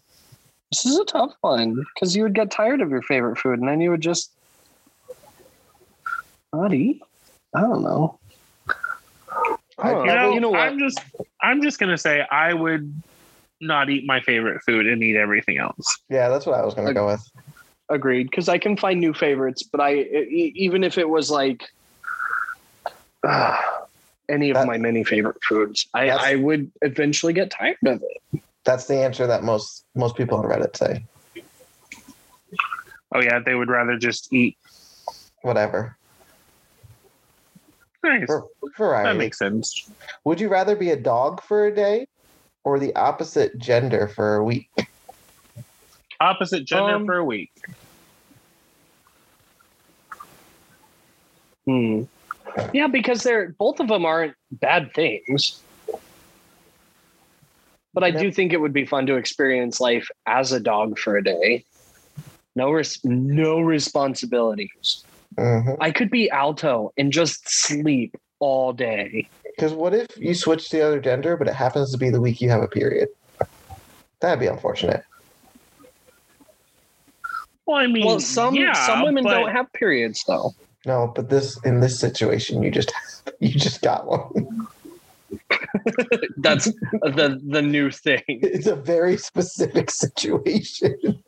S2: This is a tough one because you would get tired of your favorite food and then you would just not eat. I don't know.
S3: I-
S2: Huh.
S1: You know,
S2: Well, you know what?
S1: I'm just, I'm just gonna say I would not eat my favorite food and eat everything else.
S3: Yeah, that's what I was going to go with.
S2: e, Agreed. Because I can find new favorites, but I e- even if it was like uh, any of
S3: That-
S2: my many favorite foods. I,
S3: That's-
S2: I would eventually get tired of it.
S3: That's the answer that most most people on Reddit say.
S1: Oh yeah, they would rather just eat.
S3: Whatever.
S1: Nice.
S3: Var- Variety.
S1: That makes sense.
S3: Would you rather be a dog for a day or the opposite gender for a week?
S1: Opposite gender
S2: Um,
S1: for a week.
S2: Hmm. Yeah, because they're both of them aren't bad things. But I do think it would be fun to experience life as a dog for a day. No res- no responsibilities.
S3: Mm-hmm.
S2: I could be alto and just sleep all day.
S3: Because what if you switch to the other gender, but it happens to be the week you have a period? That'd be unfortunate.
S1: Well, I mean,
S2: Well, some
S1: Mm, yeah,
S2: some women
S1: but-
S2: don't have periods though.
S3: No, but this in this situation, you just you just got one.
S2: That's the the new thing.
S3: It's a very specific situation.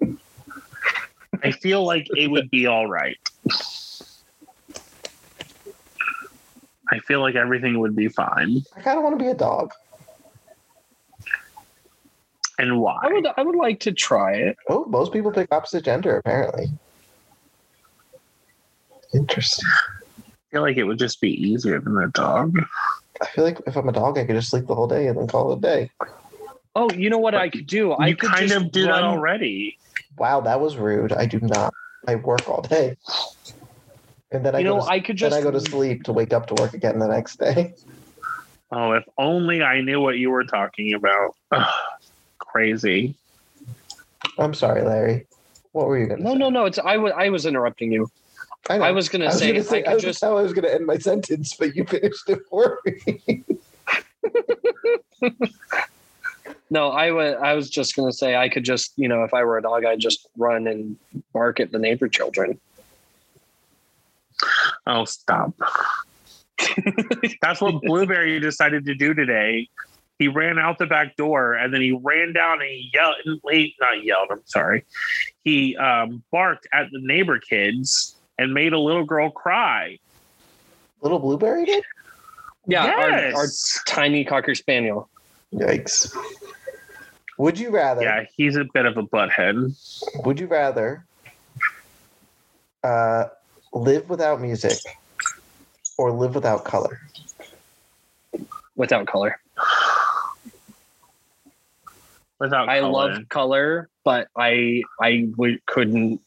S1: I feel like it would be all right. I feel like everything would be fine.
S3: I kind of want to be a dog.
S1: And why?
S2: I would I would like to try it.
S3: Oh, most people pick opposite gender apparently. Interesting.
S1: I feel like it would just be easier than a dog.
S3: I feel like if I'm a dog, I could just sleep the whole day and then call it a day.
S2: Oh, you know what I could do? I
S1: you
S2: could
S1: kind
S2: just
S1: of do that
S2: run-
S1: already.
S3: Wow, that was rude. I do not. I work all day, and then I
S2: You
S3: go
S2: know,
S3: to,
S2: I could
S3: then
S2: just
S3: I go to sleep to wake up to work again the next day.
S1: Oh, if only I knew what you were talking about. Ugh, crazy.
S3: I'm sorry, Larry. What were you gonna?
S2: No,
S3: say?
S2: no, no. It's I was I was interrupting you.
S3: I, know.
S2: I was gonna
S3: I was
S2: say
S3: gonna
S2: I
S3: say
S2: could
S3: I was
S2: just
S3: how I was gonna end my sentence, but you finished it for me.
S2: no. I was I was just gonna say I could just you know if I were a dog I'd just run and bark at the neighbor children.
S1: Oh, stop. That's what Blueberry decided to do today. He ran out the back door and then he ran down and he yelled, he- not yelled, I'm sorry. He um, barked at the neighbor kids and made a little girl cry.
S3: Little blueberry did.
S2: Yeah,
S1: yes.
S2: our, our tiny cocker spaniel.
S3: Yikes. Would you rather?
S1: yeah, he's a bit of a butthead.
S3: Would you rather uh, live without music or live without color?
S2: Without color,
S1: Without
S2: I
S1: color.
S2: love color, but I I w- couldn't.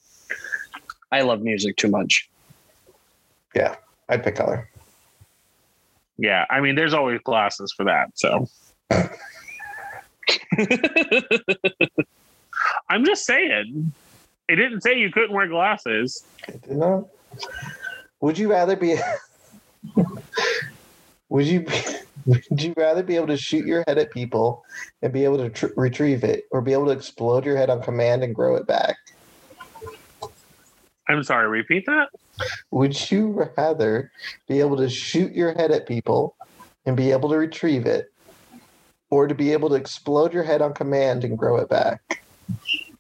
S2: I love music too much.
S3: I'd pick color.
S1: Yeah, I mean, there's always glasses for that. So I'm just saying, it didn't say you couldn't wear glasses.
S3: You know? Would you rather be? would you? Be, would you rather be able to shoot your head at people and be able to tr- retrieve it, or be able to explode your head on command and grow it back?
S1: I'm sorry, repeat that.
S3: Would you rather be able to shoot your head at people and be able to retrieve it, or to be able to explode your head on command and grow it back?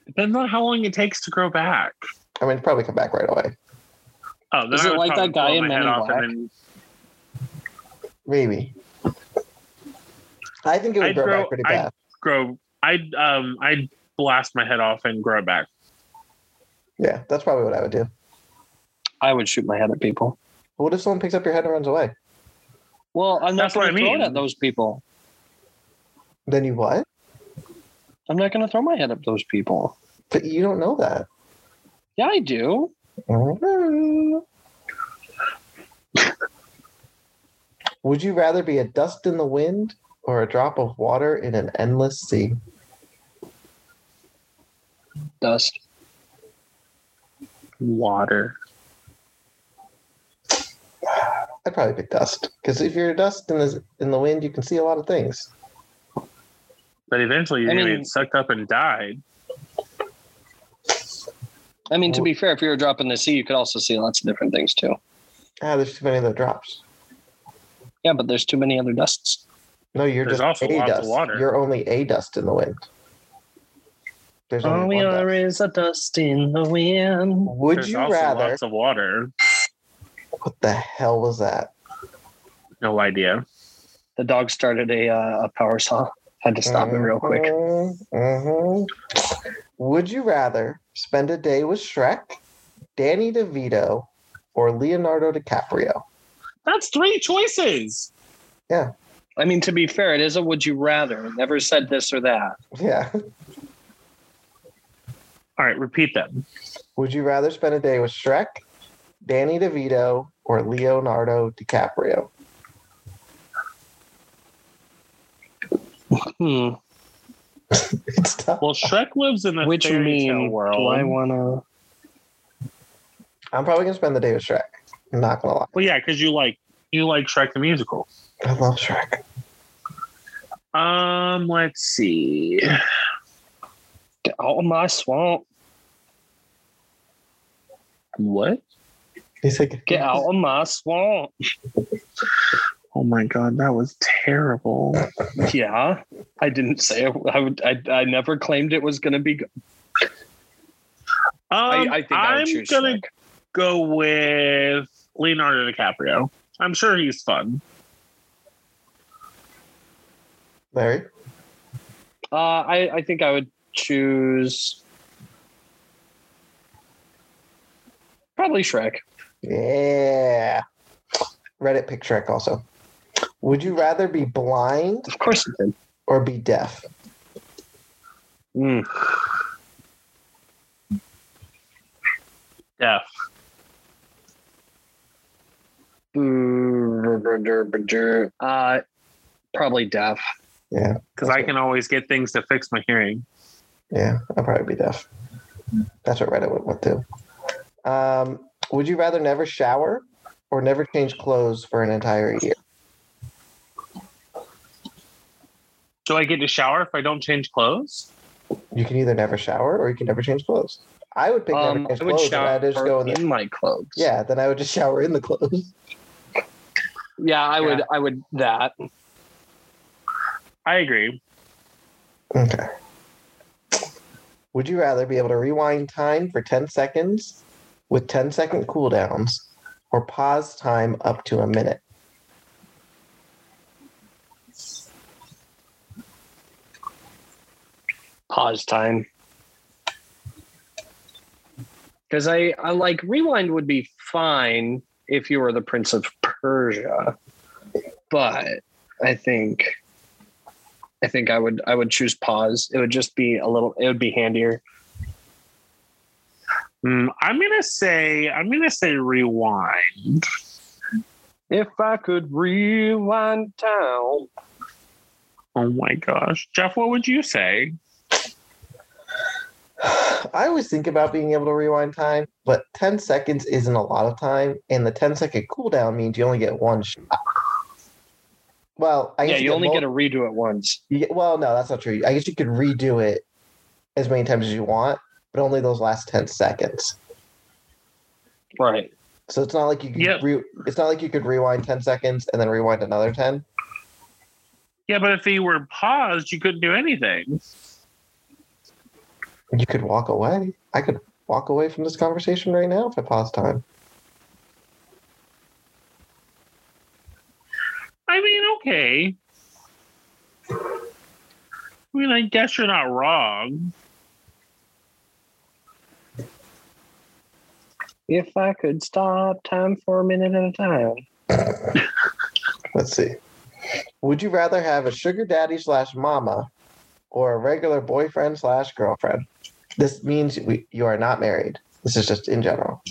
S1: Depends on how long it takes to grow back.
S3: I mean, probably come back right away.
S1: Oh, then
S2: Is
S1: I
S2: it
S1: would
S2: like
S1: probably
S2: that guy
S1: blow my
S2: in Men
S1: head
S2: in
S1: off and
S2: Black?
S1: then-
S3: Maybe. I think it would
S1: I'd
S3: grow,
S1: grow-
S3: back pretty
S1: I'd-
S3: fast.
S1: grow. I'd um I'd blast my head off and grow it back.
S3: Yeah, that's probably what I would do.
S2: I would shoot my head at people.
S3: But what if someone picks up your head and runs away?
S2: Well, I'm not
S1: That's what
S2: going
S1: I
S2: to throw it
S1: mean.
S2: at those people.
S3: Then you what?
S2: I'm not going to throw my head at those people.
S3: But you don't know that.
S2: Yeah, I do.
S3: Would you rather be a dust in the wind or a drop of water in an endless sea?
S2: Dust.
S1: Water.
S3: I'd probably pick dust because if you're a dust in the in the wind, you can see a lot of things.
S1: But eventually you're
S2: I
S1: gonna
S2: mean-
S1: get sucked up and died.
S2: I mean, to be fair, if you were dropping the sea, you could also see lots of different things too.
S3: Ah, there's too many of the drops.
S2: Yeah, but there's too many other dusts.
S3: No, you're
S1: There's
S3: just
S1: also
S3: a
S1: lots of
S3: dust.
S1: water.
S3: You're only a dust in the wind. There's
S2: All we
S3: only one dust.
S2: are Oh, is a dust in the wind.
S3: Would
S1: There's
S3: you
S1: also
S3: rather?
S1: lots of water.
S3: What the hell was that?
S1: No idea.
S2: The dog started a, uh, a power saw. Had to stop it real quick.
S3: Mhm. Would you rather spend a day with Shrek, Danny DeVito, or Leonardo DiCaprio?
S1: That's three choices.
S2: I mean, to be fair, it is a would you rather. It never said this or that.
S3: Yeah.
S1: All right, repeat them.
S3: Would you rather spend a day with Shrek, Danny DeVito, or Leonardo DiCaprio?
S2: Hmm.
S3: It's tough.
S1: Well, Shrek lives in the
S2: Which you
S1: fairy
S2: mean?
S1: tale world.
S2: Do I wanna?
S3: I'm probably gonna spend the day with Shrek. I'm not gonna lie.
S1: Well, yeah, because you like you like Shrek the musical.
S3: I love Shrek.
S1: Um, let's see.
S2: Get out of my swamp.
S1: What?
S3: He's like,
S2: Get out of my swamp.
S1: Oh my god, that was terrible.
S2: Yeah, I didn't say it. I would. I, I never claimed it was going to be. good.
S1: Um,
S2: I,
S1: I,
S2: I think I
S1: am
S2: would choose.
S1: gonna
S2: Shrek.
S1: go with Leonardo DiCaprio. I'm sure he's fun.
S3: Larry.
S2: Uh, I I think I would choose. Probably Shrek.
S3: Yeah. Reddit pick Shrek also. Would you rather be blind
S2: Of course it did.
S3: or be deaf?
S2: Mm.
S1: Deaf.
S2: Uh, probably deaf.
S3: Yeah.
S1: Because I can always get things to fix my hearing.
S3: Yeah, I'd probably be deaf. That's what Reddit would want to. Um, would you rather never shower or never change clothes for an entire year?
S1: Do I get to shower if I don't change clothes?
S3: You can either never shower or you can never change clothes. I would pick never
S2: Um,
S3: change
S2: I would
S3: clothes. and
S2: shower
S3: I'd just go in
S2: in,
S3: the,
S2: my clothes.
S3: yeah, then I would just shower in the clothes.
S2: yeah. I would.
S1: Yeah.
S2: I would that.
S1: I agree.
S3: Okay. Would you rather be able to rewind time for 10 seconds with 10 second cooldowns or pause time up to a minute?
S2: pause time because I, I like rewind would be fine if you were the prince of persia but i think i think i would i would choose pause it would just be a little it would be handier
S1: Mm, I'm gonna say I'm gonna say rewind.
S2: if i could rewind time
S1: Oh my gosh, Jeff, what would you say?
S3: I always think about being able to rewind time, but 10 seconds isn't a lot of time. And the 10 second cooldown means you only get one shot. Well, I guess
S2: yeah you only
S3: mul-
S2: get a redo it once
S3: you get- well, no, that's not true. I guess you could redo it as many times as you want, but only those last 10 seconds.
S2: right
S3: So it's not like you could
S1: Yep.
S3: re- it's not like you could rewind 10 seconds and then rewind another 10.
S1: Yeah, but if you were paused, you couldn't do anything.
S3: You could walk away. I could walk away from this conversation right now if I pause time.
S1: I mean, okay. I mean, I guess you're not wrong.
S2: if i could stop time for a minute at a time
S3: Let's see. Would you rather have a sugar daddy slash mama or a regular boyfriend slash girlfriend? This means we, you are not married. This is just in general.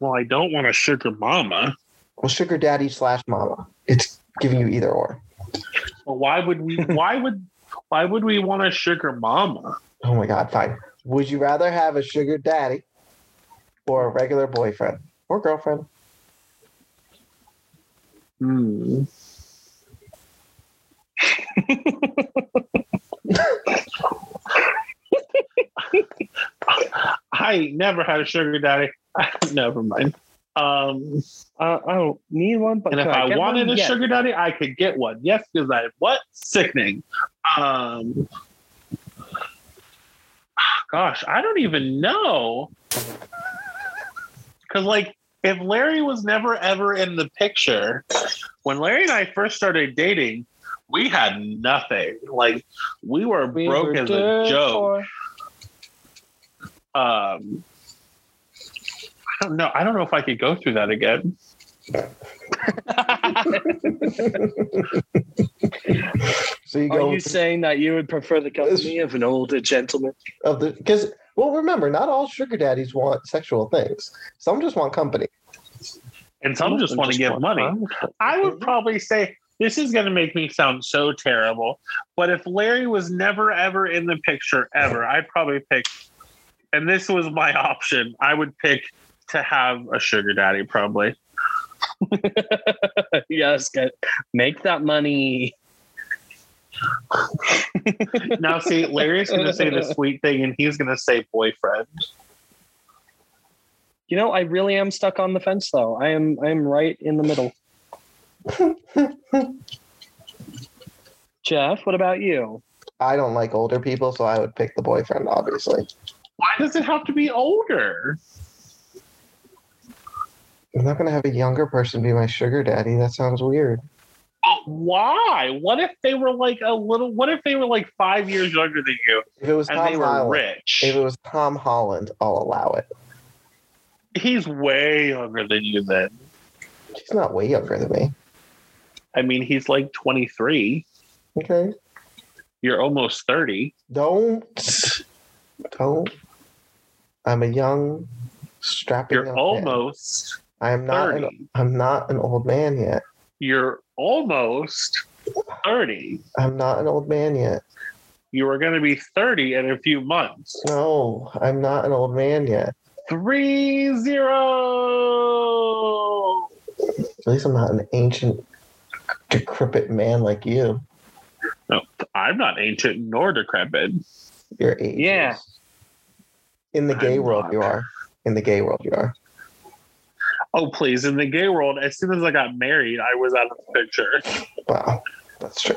S1: Well, I don't want a sugar mama.
S3: Well, sugar daddy slash mama. It's giving you either or.
S1: Well, why would we? Why would? Why would we want a sugar mama?
S3: Oh my God, fine. Would you rather have a sugar daddy or a regular boyfriend or girlfriend?
S1: Hmm. I never had a sugar daddy. never mind. Um,
S2: uh, i don't need one but
S1: and if
S2: could
S1: I
S2: get
S1: wanted
S2: one?
S1: a
S2: Yes.
S1: sugar daddy, I could get one. Yes, because I what sickening. Um, gosh, I don't even know. Because like, if Larry was never ever in the picture, when Larry and I first started dating, we had nothing. Like we were broke as a joke. Um, I don't know. I don't know if I could go through that again.
S3: So you
S2: Are
S3: go
S2: you saying that you would prefer the company of an older gentleman?
S3: of the because well remember not all sugar daddies want sexual things. Some just want company.
S1: And some just want to give money. I would probably say this is going to make me sound so terrible, but if Larry was never ever in the picture ever, I'd probably pick. And this was my option. I would pick to have a sugar daddy, probably.
S2: yes, good. Make that money.
S1: Now, see, Larry's going to say the sweet thing, and he's going to say boyfriend.
S2: You know, I really am stuck on the fence though. I am I am right in the middle. Jeff, what about you?
S3: I don't like older people, so I would pick the boyfriend, obviously.
S1: Why does it have to be older?
S3: I'm not gonna have a younger person be my sugar daddy. That sounds weird.
S1: Why? What if they were like a little? What if they were like five years younger than you,
S3: If it was
S1: and
S3: Tom
S1: they were
S3: Holland,
S1: rich?
S3: if it was Tom Holland, I'll allow it.
S1: He's way younger than you. Then
S3: He's not way younger than me.
S1: I mean, he's like twenty three.
S3: Okay.
S1: You're almost thirty.
S3: Don't. Don't. I'm a young, strapping.
S1: You're
S3: young man.
S1: almost
S3: I am not. An,
S1: thirty.
S3: I'm not an old man yet.
S1: You're almost thirty.
S3: I'm not an old man yet.
S1: You are going to be thirty in a few months.
S3: No, I'm not an old man yet.
S1: Three zero.
S3: At least I'm not an ancient, decrepit man like you.
S1: I'm not ancient nor decrepit.
S3: Your age.
S2: Yeah.
S3: is- In the gay
S1: I'm
S3: world,
S1: not.
S3: you are. In the gay world, you are.
S1: Oh please! In the gay world, as soon as I got married, I was out of the picture.
S3: Wow, that's true.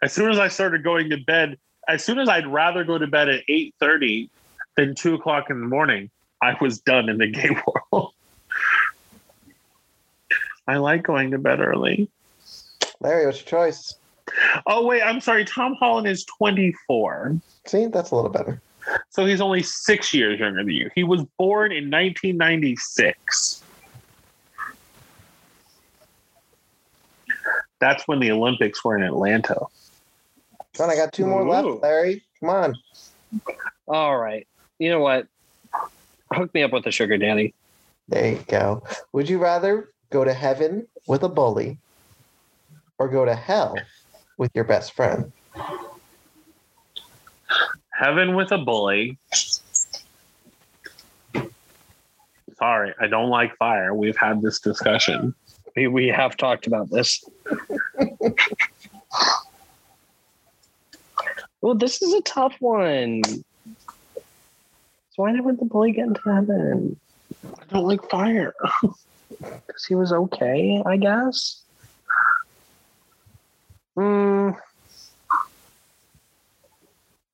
S1: as soon as I started going to bed, as soon as I'd rather go to bed at eight thirty than two o'clock in the morning, I was done in the gay world. I like going to bed early.
S3: Larry, what's your choice?
S1: Oh wait, I'm sorry. Tom Holland is 24,
S3: See, that's a little better.
S1: so he's only six years younger than you. He was born in 1996. That's when the Olympics were in Atlanta.
S3: Come on, I got two more
S2: Ooh.
S3: left, Larry. Come on.
S2: All right. You know what? Hook me up with a sugar daddy.
S3: There you go. Would you rather go to heaven with a bully or go to hell with your best friend?
S1: Heaven with a bully. Sorry, I don't like fire. We've had this discussion.
S2: We we have talked about this. well, this is a tough one. So why never the boy get into heaven?
S1: I don't like fire.
S2: Because he was okay, I guess. Mm.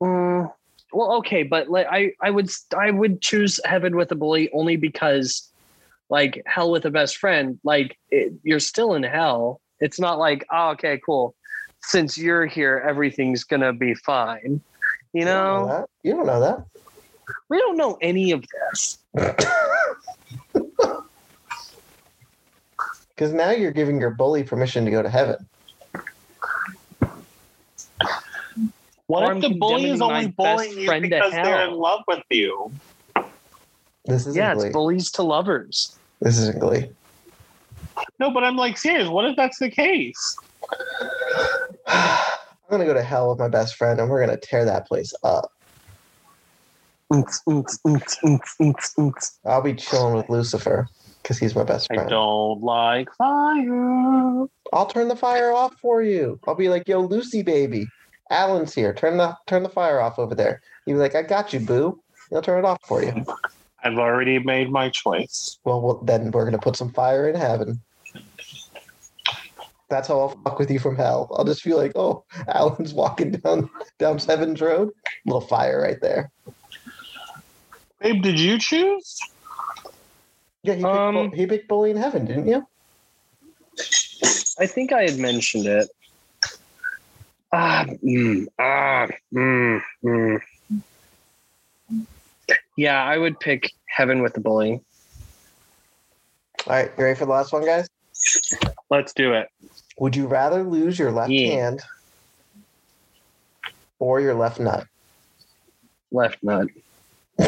S2: Mm. Well, okay, but like I, I would, I would choose heaven with a bully only because, like hell with a best friend, like it, you're still in hell. It's not like, oh, okay, cool. Since you're here, everything's gonna be fine. You
S3: You
S2: know,
S3: that? You don't know that.
S2: we don't know any of this.
S3: Because now you're giving your bully permission to go to heaven.
S1: What
S2: Or
S1: if
S2: I'm
S1: the bully
S2: condemning
S1: is
S2: my
S1: only
S2: best
S1: bullying you
S2: friend to
S1: because they're
S2: hell.
S1: in love with you?
S3: This isn't
S2: yeah,
S3: Glee.
S2: it's bullies to lovers.
S3: this isn't Glee.
S1: No, but I'm like serious. What if that's the case?
S3: I'm going to go to hell with my best friend and we're going to tear that place up.
S2: Oomph, oomph, oomph, oomph, oomph, oomph.
S3: I'll be chilling with Lucifer because he's my best
S1: I
S3: friend.
S1: don't like fire.
S3: I'll turn the fire off for you. I'll be like, yo, Lucy baby, Alan's here. Turn the turn the fire off over there. You'll be like, I got you, boo. He'll turn it off for you.
S1: I've already made my choice.
S3: Well, well then we're gonna put some fire in heaven. That's how I'll fuck with you from hell. I'll just be like, oh, Alan's walking down down Seven's Road. Little fire right there.
S1: Babe, did you choose?
S3: Yeah, he picked,
S2: Um,
S3: bu- he picked Bully in Heaven, didn't you?
S2: I think I had mentioned it. Ah, mm, ah, mm, mm. Yeah, I would pick Heaven with the Bully.
S3: All right, you ready for the last one, guys?
S2: Let's do it.
S3: Would you rather lose your left
S2: Yeah.
S3: hand or your left nut?
S2: Left nut.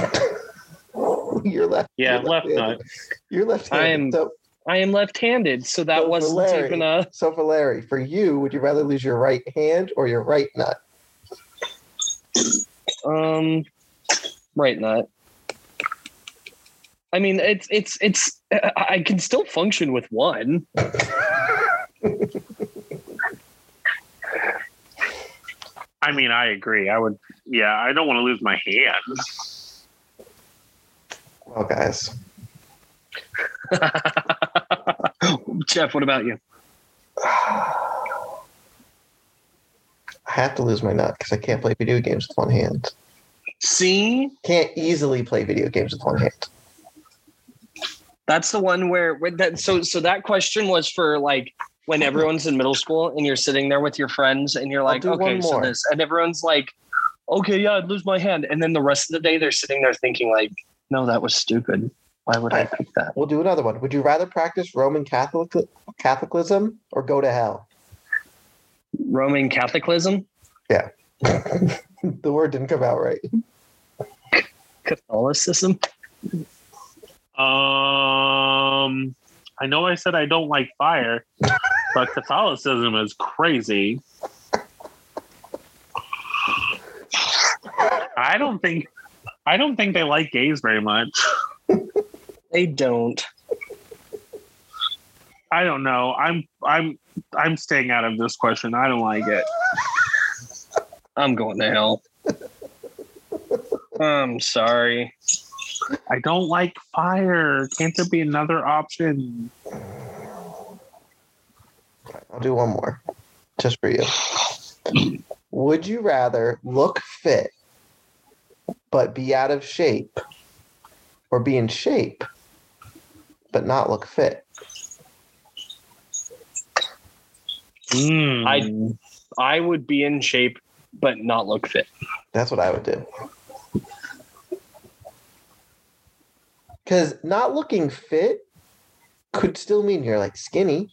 S3: your left.
S2: Yeah,
S3: your
S2: left
S3: hand.
S2: nut.
S3: Your left hand.
S2: I am-
S3: So,
S2: I am left-handed, so that
S3: Go for
S2: wasn't
S3: Larry.
S2: even a.
S3: so for Larry, for you, would you rather lose your right hand or your right nut?
S2: Um, right nut. I mean, it's it's it's. I I can still function with one.
S1: I mean, I agree. I would. Yeah, I don't want to lose my hand.
S3: Well, guys,
S2: Jeff, what about you?
S3: I have to lose my nut because I can't play video games with one hand.
S2: See,
S3: Can't easily play video games with one hand.
S2: that's the one where, where that. So so that question was for like when everyone's in middle school and you're sitting there with your friends and you're like,
S3: do one
S2: okay, so
S3: more.
S2: this, and everyone's like, okay, yeah, I'd lose my hand, and then the rest of the day they're sitting there thinking like, no, that was stupid. Why would I pick that?
S3: We'll do another one. Would you rather practice Roman Catholic Catholicism or go to hell?
S2: Roman Catholicism,
S3: The word didn't come out right.
S2: Catholicism.
S1: Um, I know I said I don't like fire, but Catholicism is crazy. I don't think I don't think they like gays very much.
S2: They don't.
S1: I don't know. I'm I'm I'm staying out of this question. I don't like it.
S2: I'm going to hell. I'm sorry.
S1: I don't like fire. Can't there be another option?
S3: I'll do one more just for you. Would you rather look fit but be out of shape or be in shape but not look fit?
S1: Mm.
S2: I I would be in shape but not look fit.
S3: That's what I would do. Because not looking fit could still mean you're like skinny,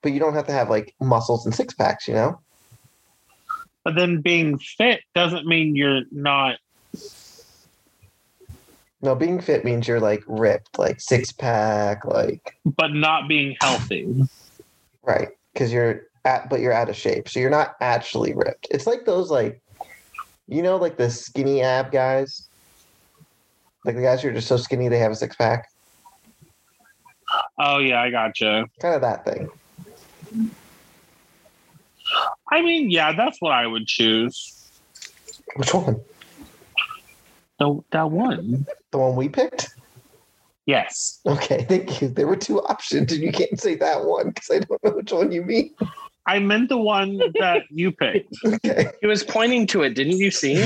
S3: but you don't have to have like muscles and six packs, you know?
S1: but then being fit doesn't mean you're not
S3: No, being fit means you're like ripped, like six pack, like
S1: but not being healthy.
S3: Right, because you're at, but you're out of shape, so you're not actually ripped. It's like those like, you know, like the skinny ab guys, like the guys who are just so skinny they have a six pack,
S1: Oh yeah, I gotcha.
S3: kind of that thing.
S1: I mean, yeah, that's what I would choose.
S3: Which one?
S1: The, that one.
S3: The one we picked?
S1: Yes.
S3: Okay, thank you. There were two options, and you can't say that one because I don't know which one you mean.
S1: I meant the one that you picked.
S3: Okay.
S2: He was pointing to it, didn't you see?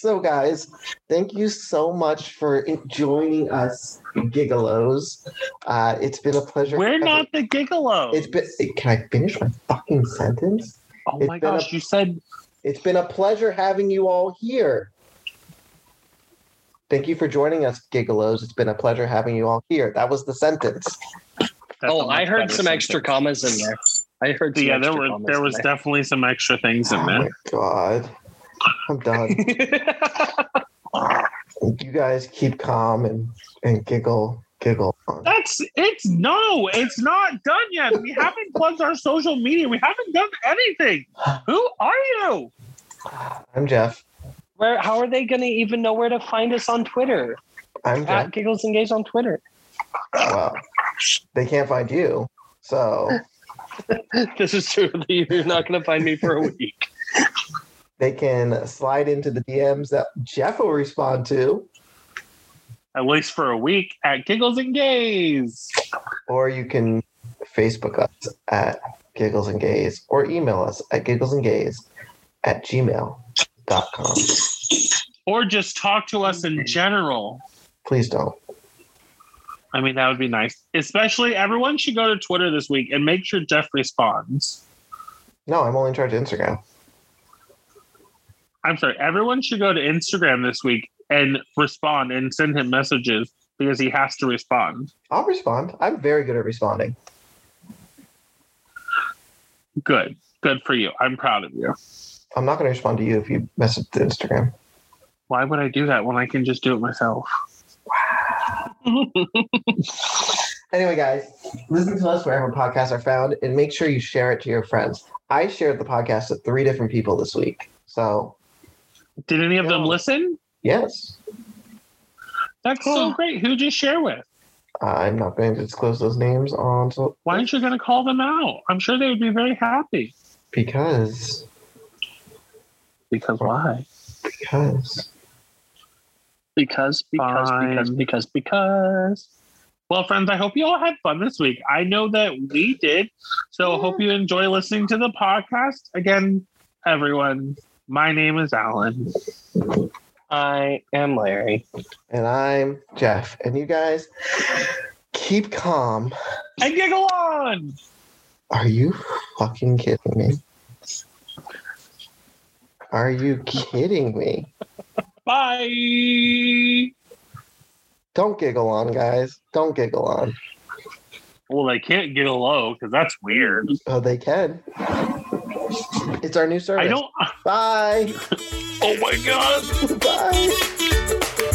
S3: so guys thank you so much for joining us gigolos uh it's been a pleasure
S1: We're not the gigolo.
S3: it's been can i finish my fucking sentence
S1: oh
S3: it's
S1: my
S3: been a-
S1: gosh, you said
S3: it's been a pleasure having you all here thank you for joining us gigolos it's been a pleasure having you all here that was the sentence
S1: that's a
S2: oh,
S1: much
S2: I heard
S1: better
S2: some extra
S1: sentence.
S2: commas in there. I heard some
S1: yeah, there
S2: extra
S1: were
S2: commas
S1: there
S2: in
S1: was definitely some extra things in
S3: oh
S1: there.
S3: my god i'm done you guys keep calm and and giggle giggle on
S1: That's it's no, it's not done yet. We haven't plugged our social media. We haven't done anything. Who are you?
S3: i'm jeff
S2: Where how are they gonna even know where to find us on Twitter?
S3: i'm jeff
S2: At Giggles Engage on Twitter.
S3: well, they can't find you. So
S2: This is true. You're not gonna find me for a week.
S3: they can slide into the DMs that Jeff will respond to,
S1: At least for a week at Giggles and Gays.
S3: or you can Facebook us at Giggles and Gaze, or email us at giggles and gaze at gmail.com.
S1: Or just talk to us in general.
S3: Please don't.
S1: I mean, that would be nice. Especially everyone should go to Twitter this week and make sure Jeff responds.
S3: No, I'm only in charge of Instagram.
S1: I'm sorry, everyone should go to Instagram this week and respond and send him messages because he has to respond.
S3: I'll respond. I'm very good at responding.
S1: Good. Good for you. I'm proud of you.
S3: I'm not going to respond to you if you mess up the Instagram.
S1: Why would I do that when I can just do it myself?
S3: Anyway, guys, listen to us wherever podcasts are found and make sure you share it to your friends. I shared the podcast to three different people this week. So,
S1: Did any of them
S3: No.
S1: listen?
S3: yes,
S1: That's so great. Who'd you share with?
S3: I'm not going to disclose those names on so
S1: Why aren't you going to call them out? I'm sure they would be very happy.
S3: because
S1: Because why?
S3: because
S2: Because, because, because,
S1: Fine.
S2: because, because.
S1: Well, friends, I hope you all had fun this week. I know that we did. So I hope you enjoy listening to the podcast. Again, everyone, my name is Alan.
S2: I am Larry.
S3: and I'm Jeff and you guys keep calm.
S1: And giggle on!
S3: Are you fucking kidding me? Are you kidding me?
S1: Bye!
S3: Don't giggle on, guys. Don't giggle on.
S1: Well, they can't get a low because that's weird.
S3: Oh, they can. It's our new service.
S1: I don't.
S3: Bye.
S1: Oh my God.
S3: Bye.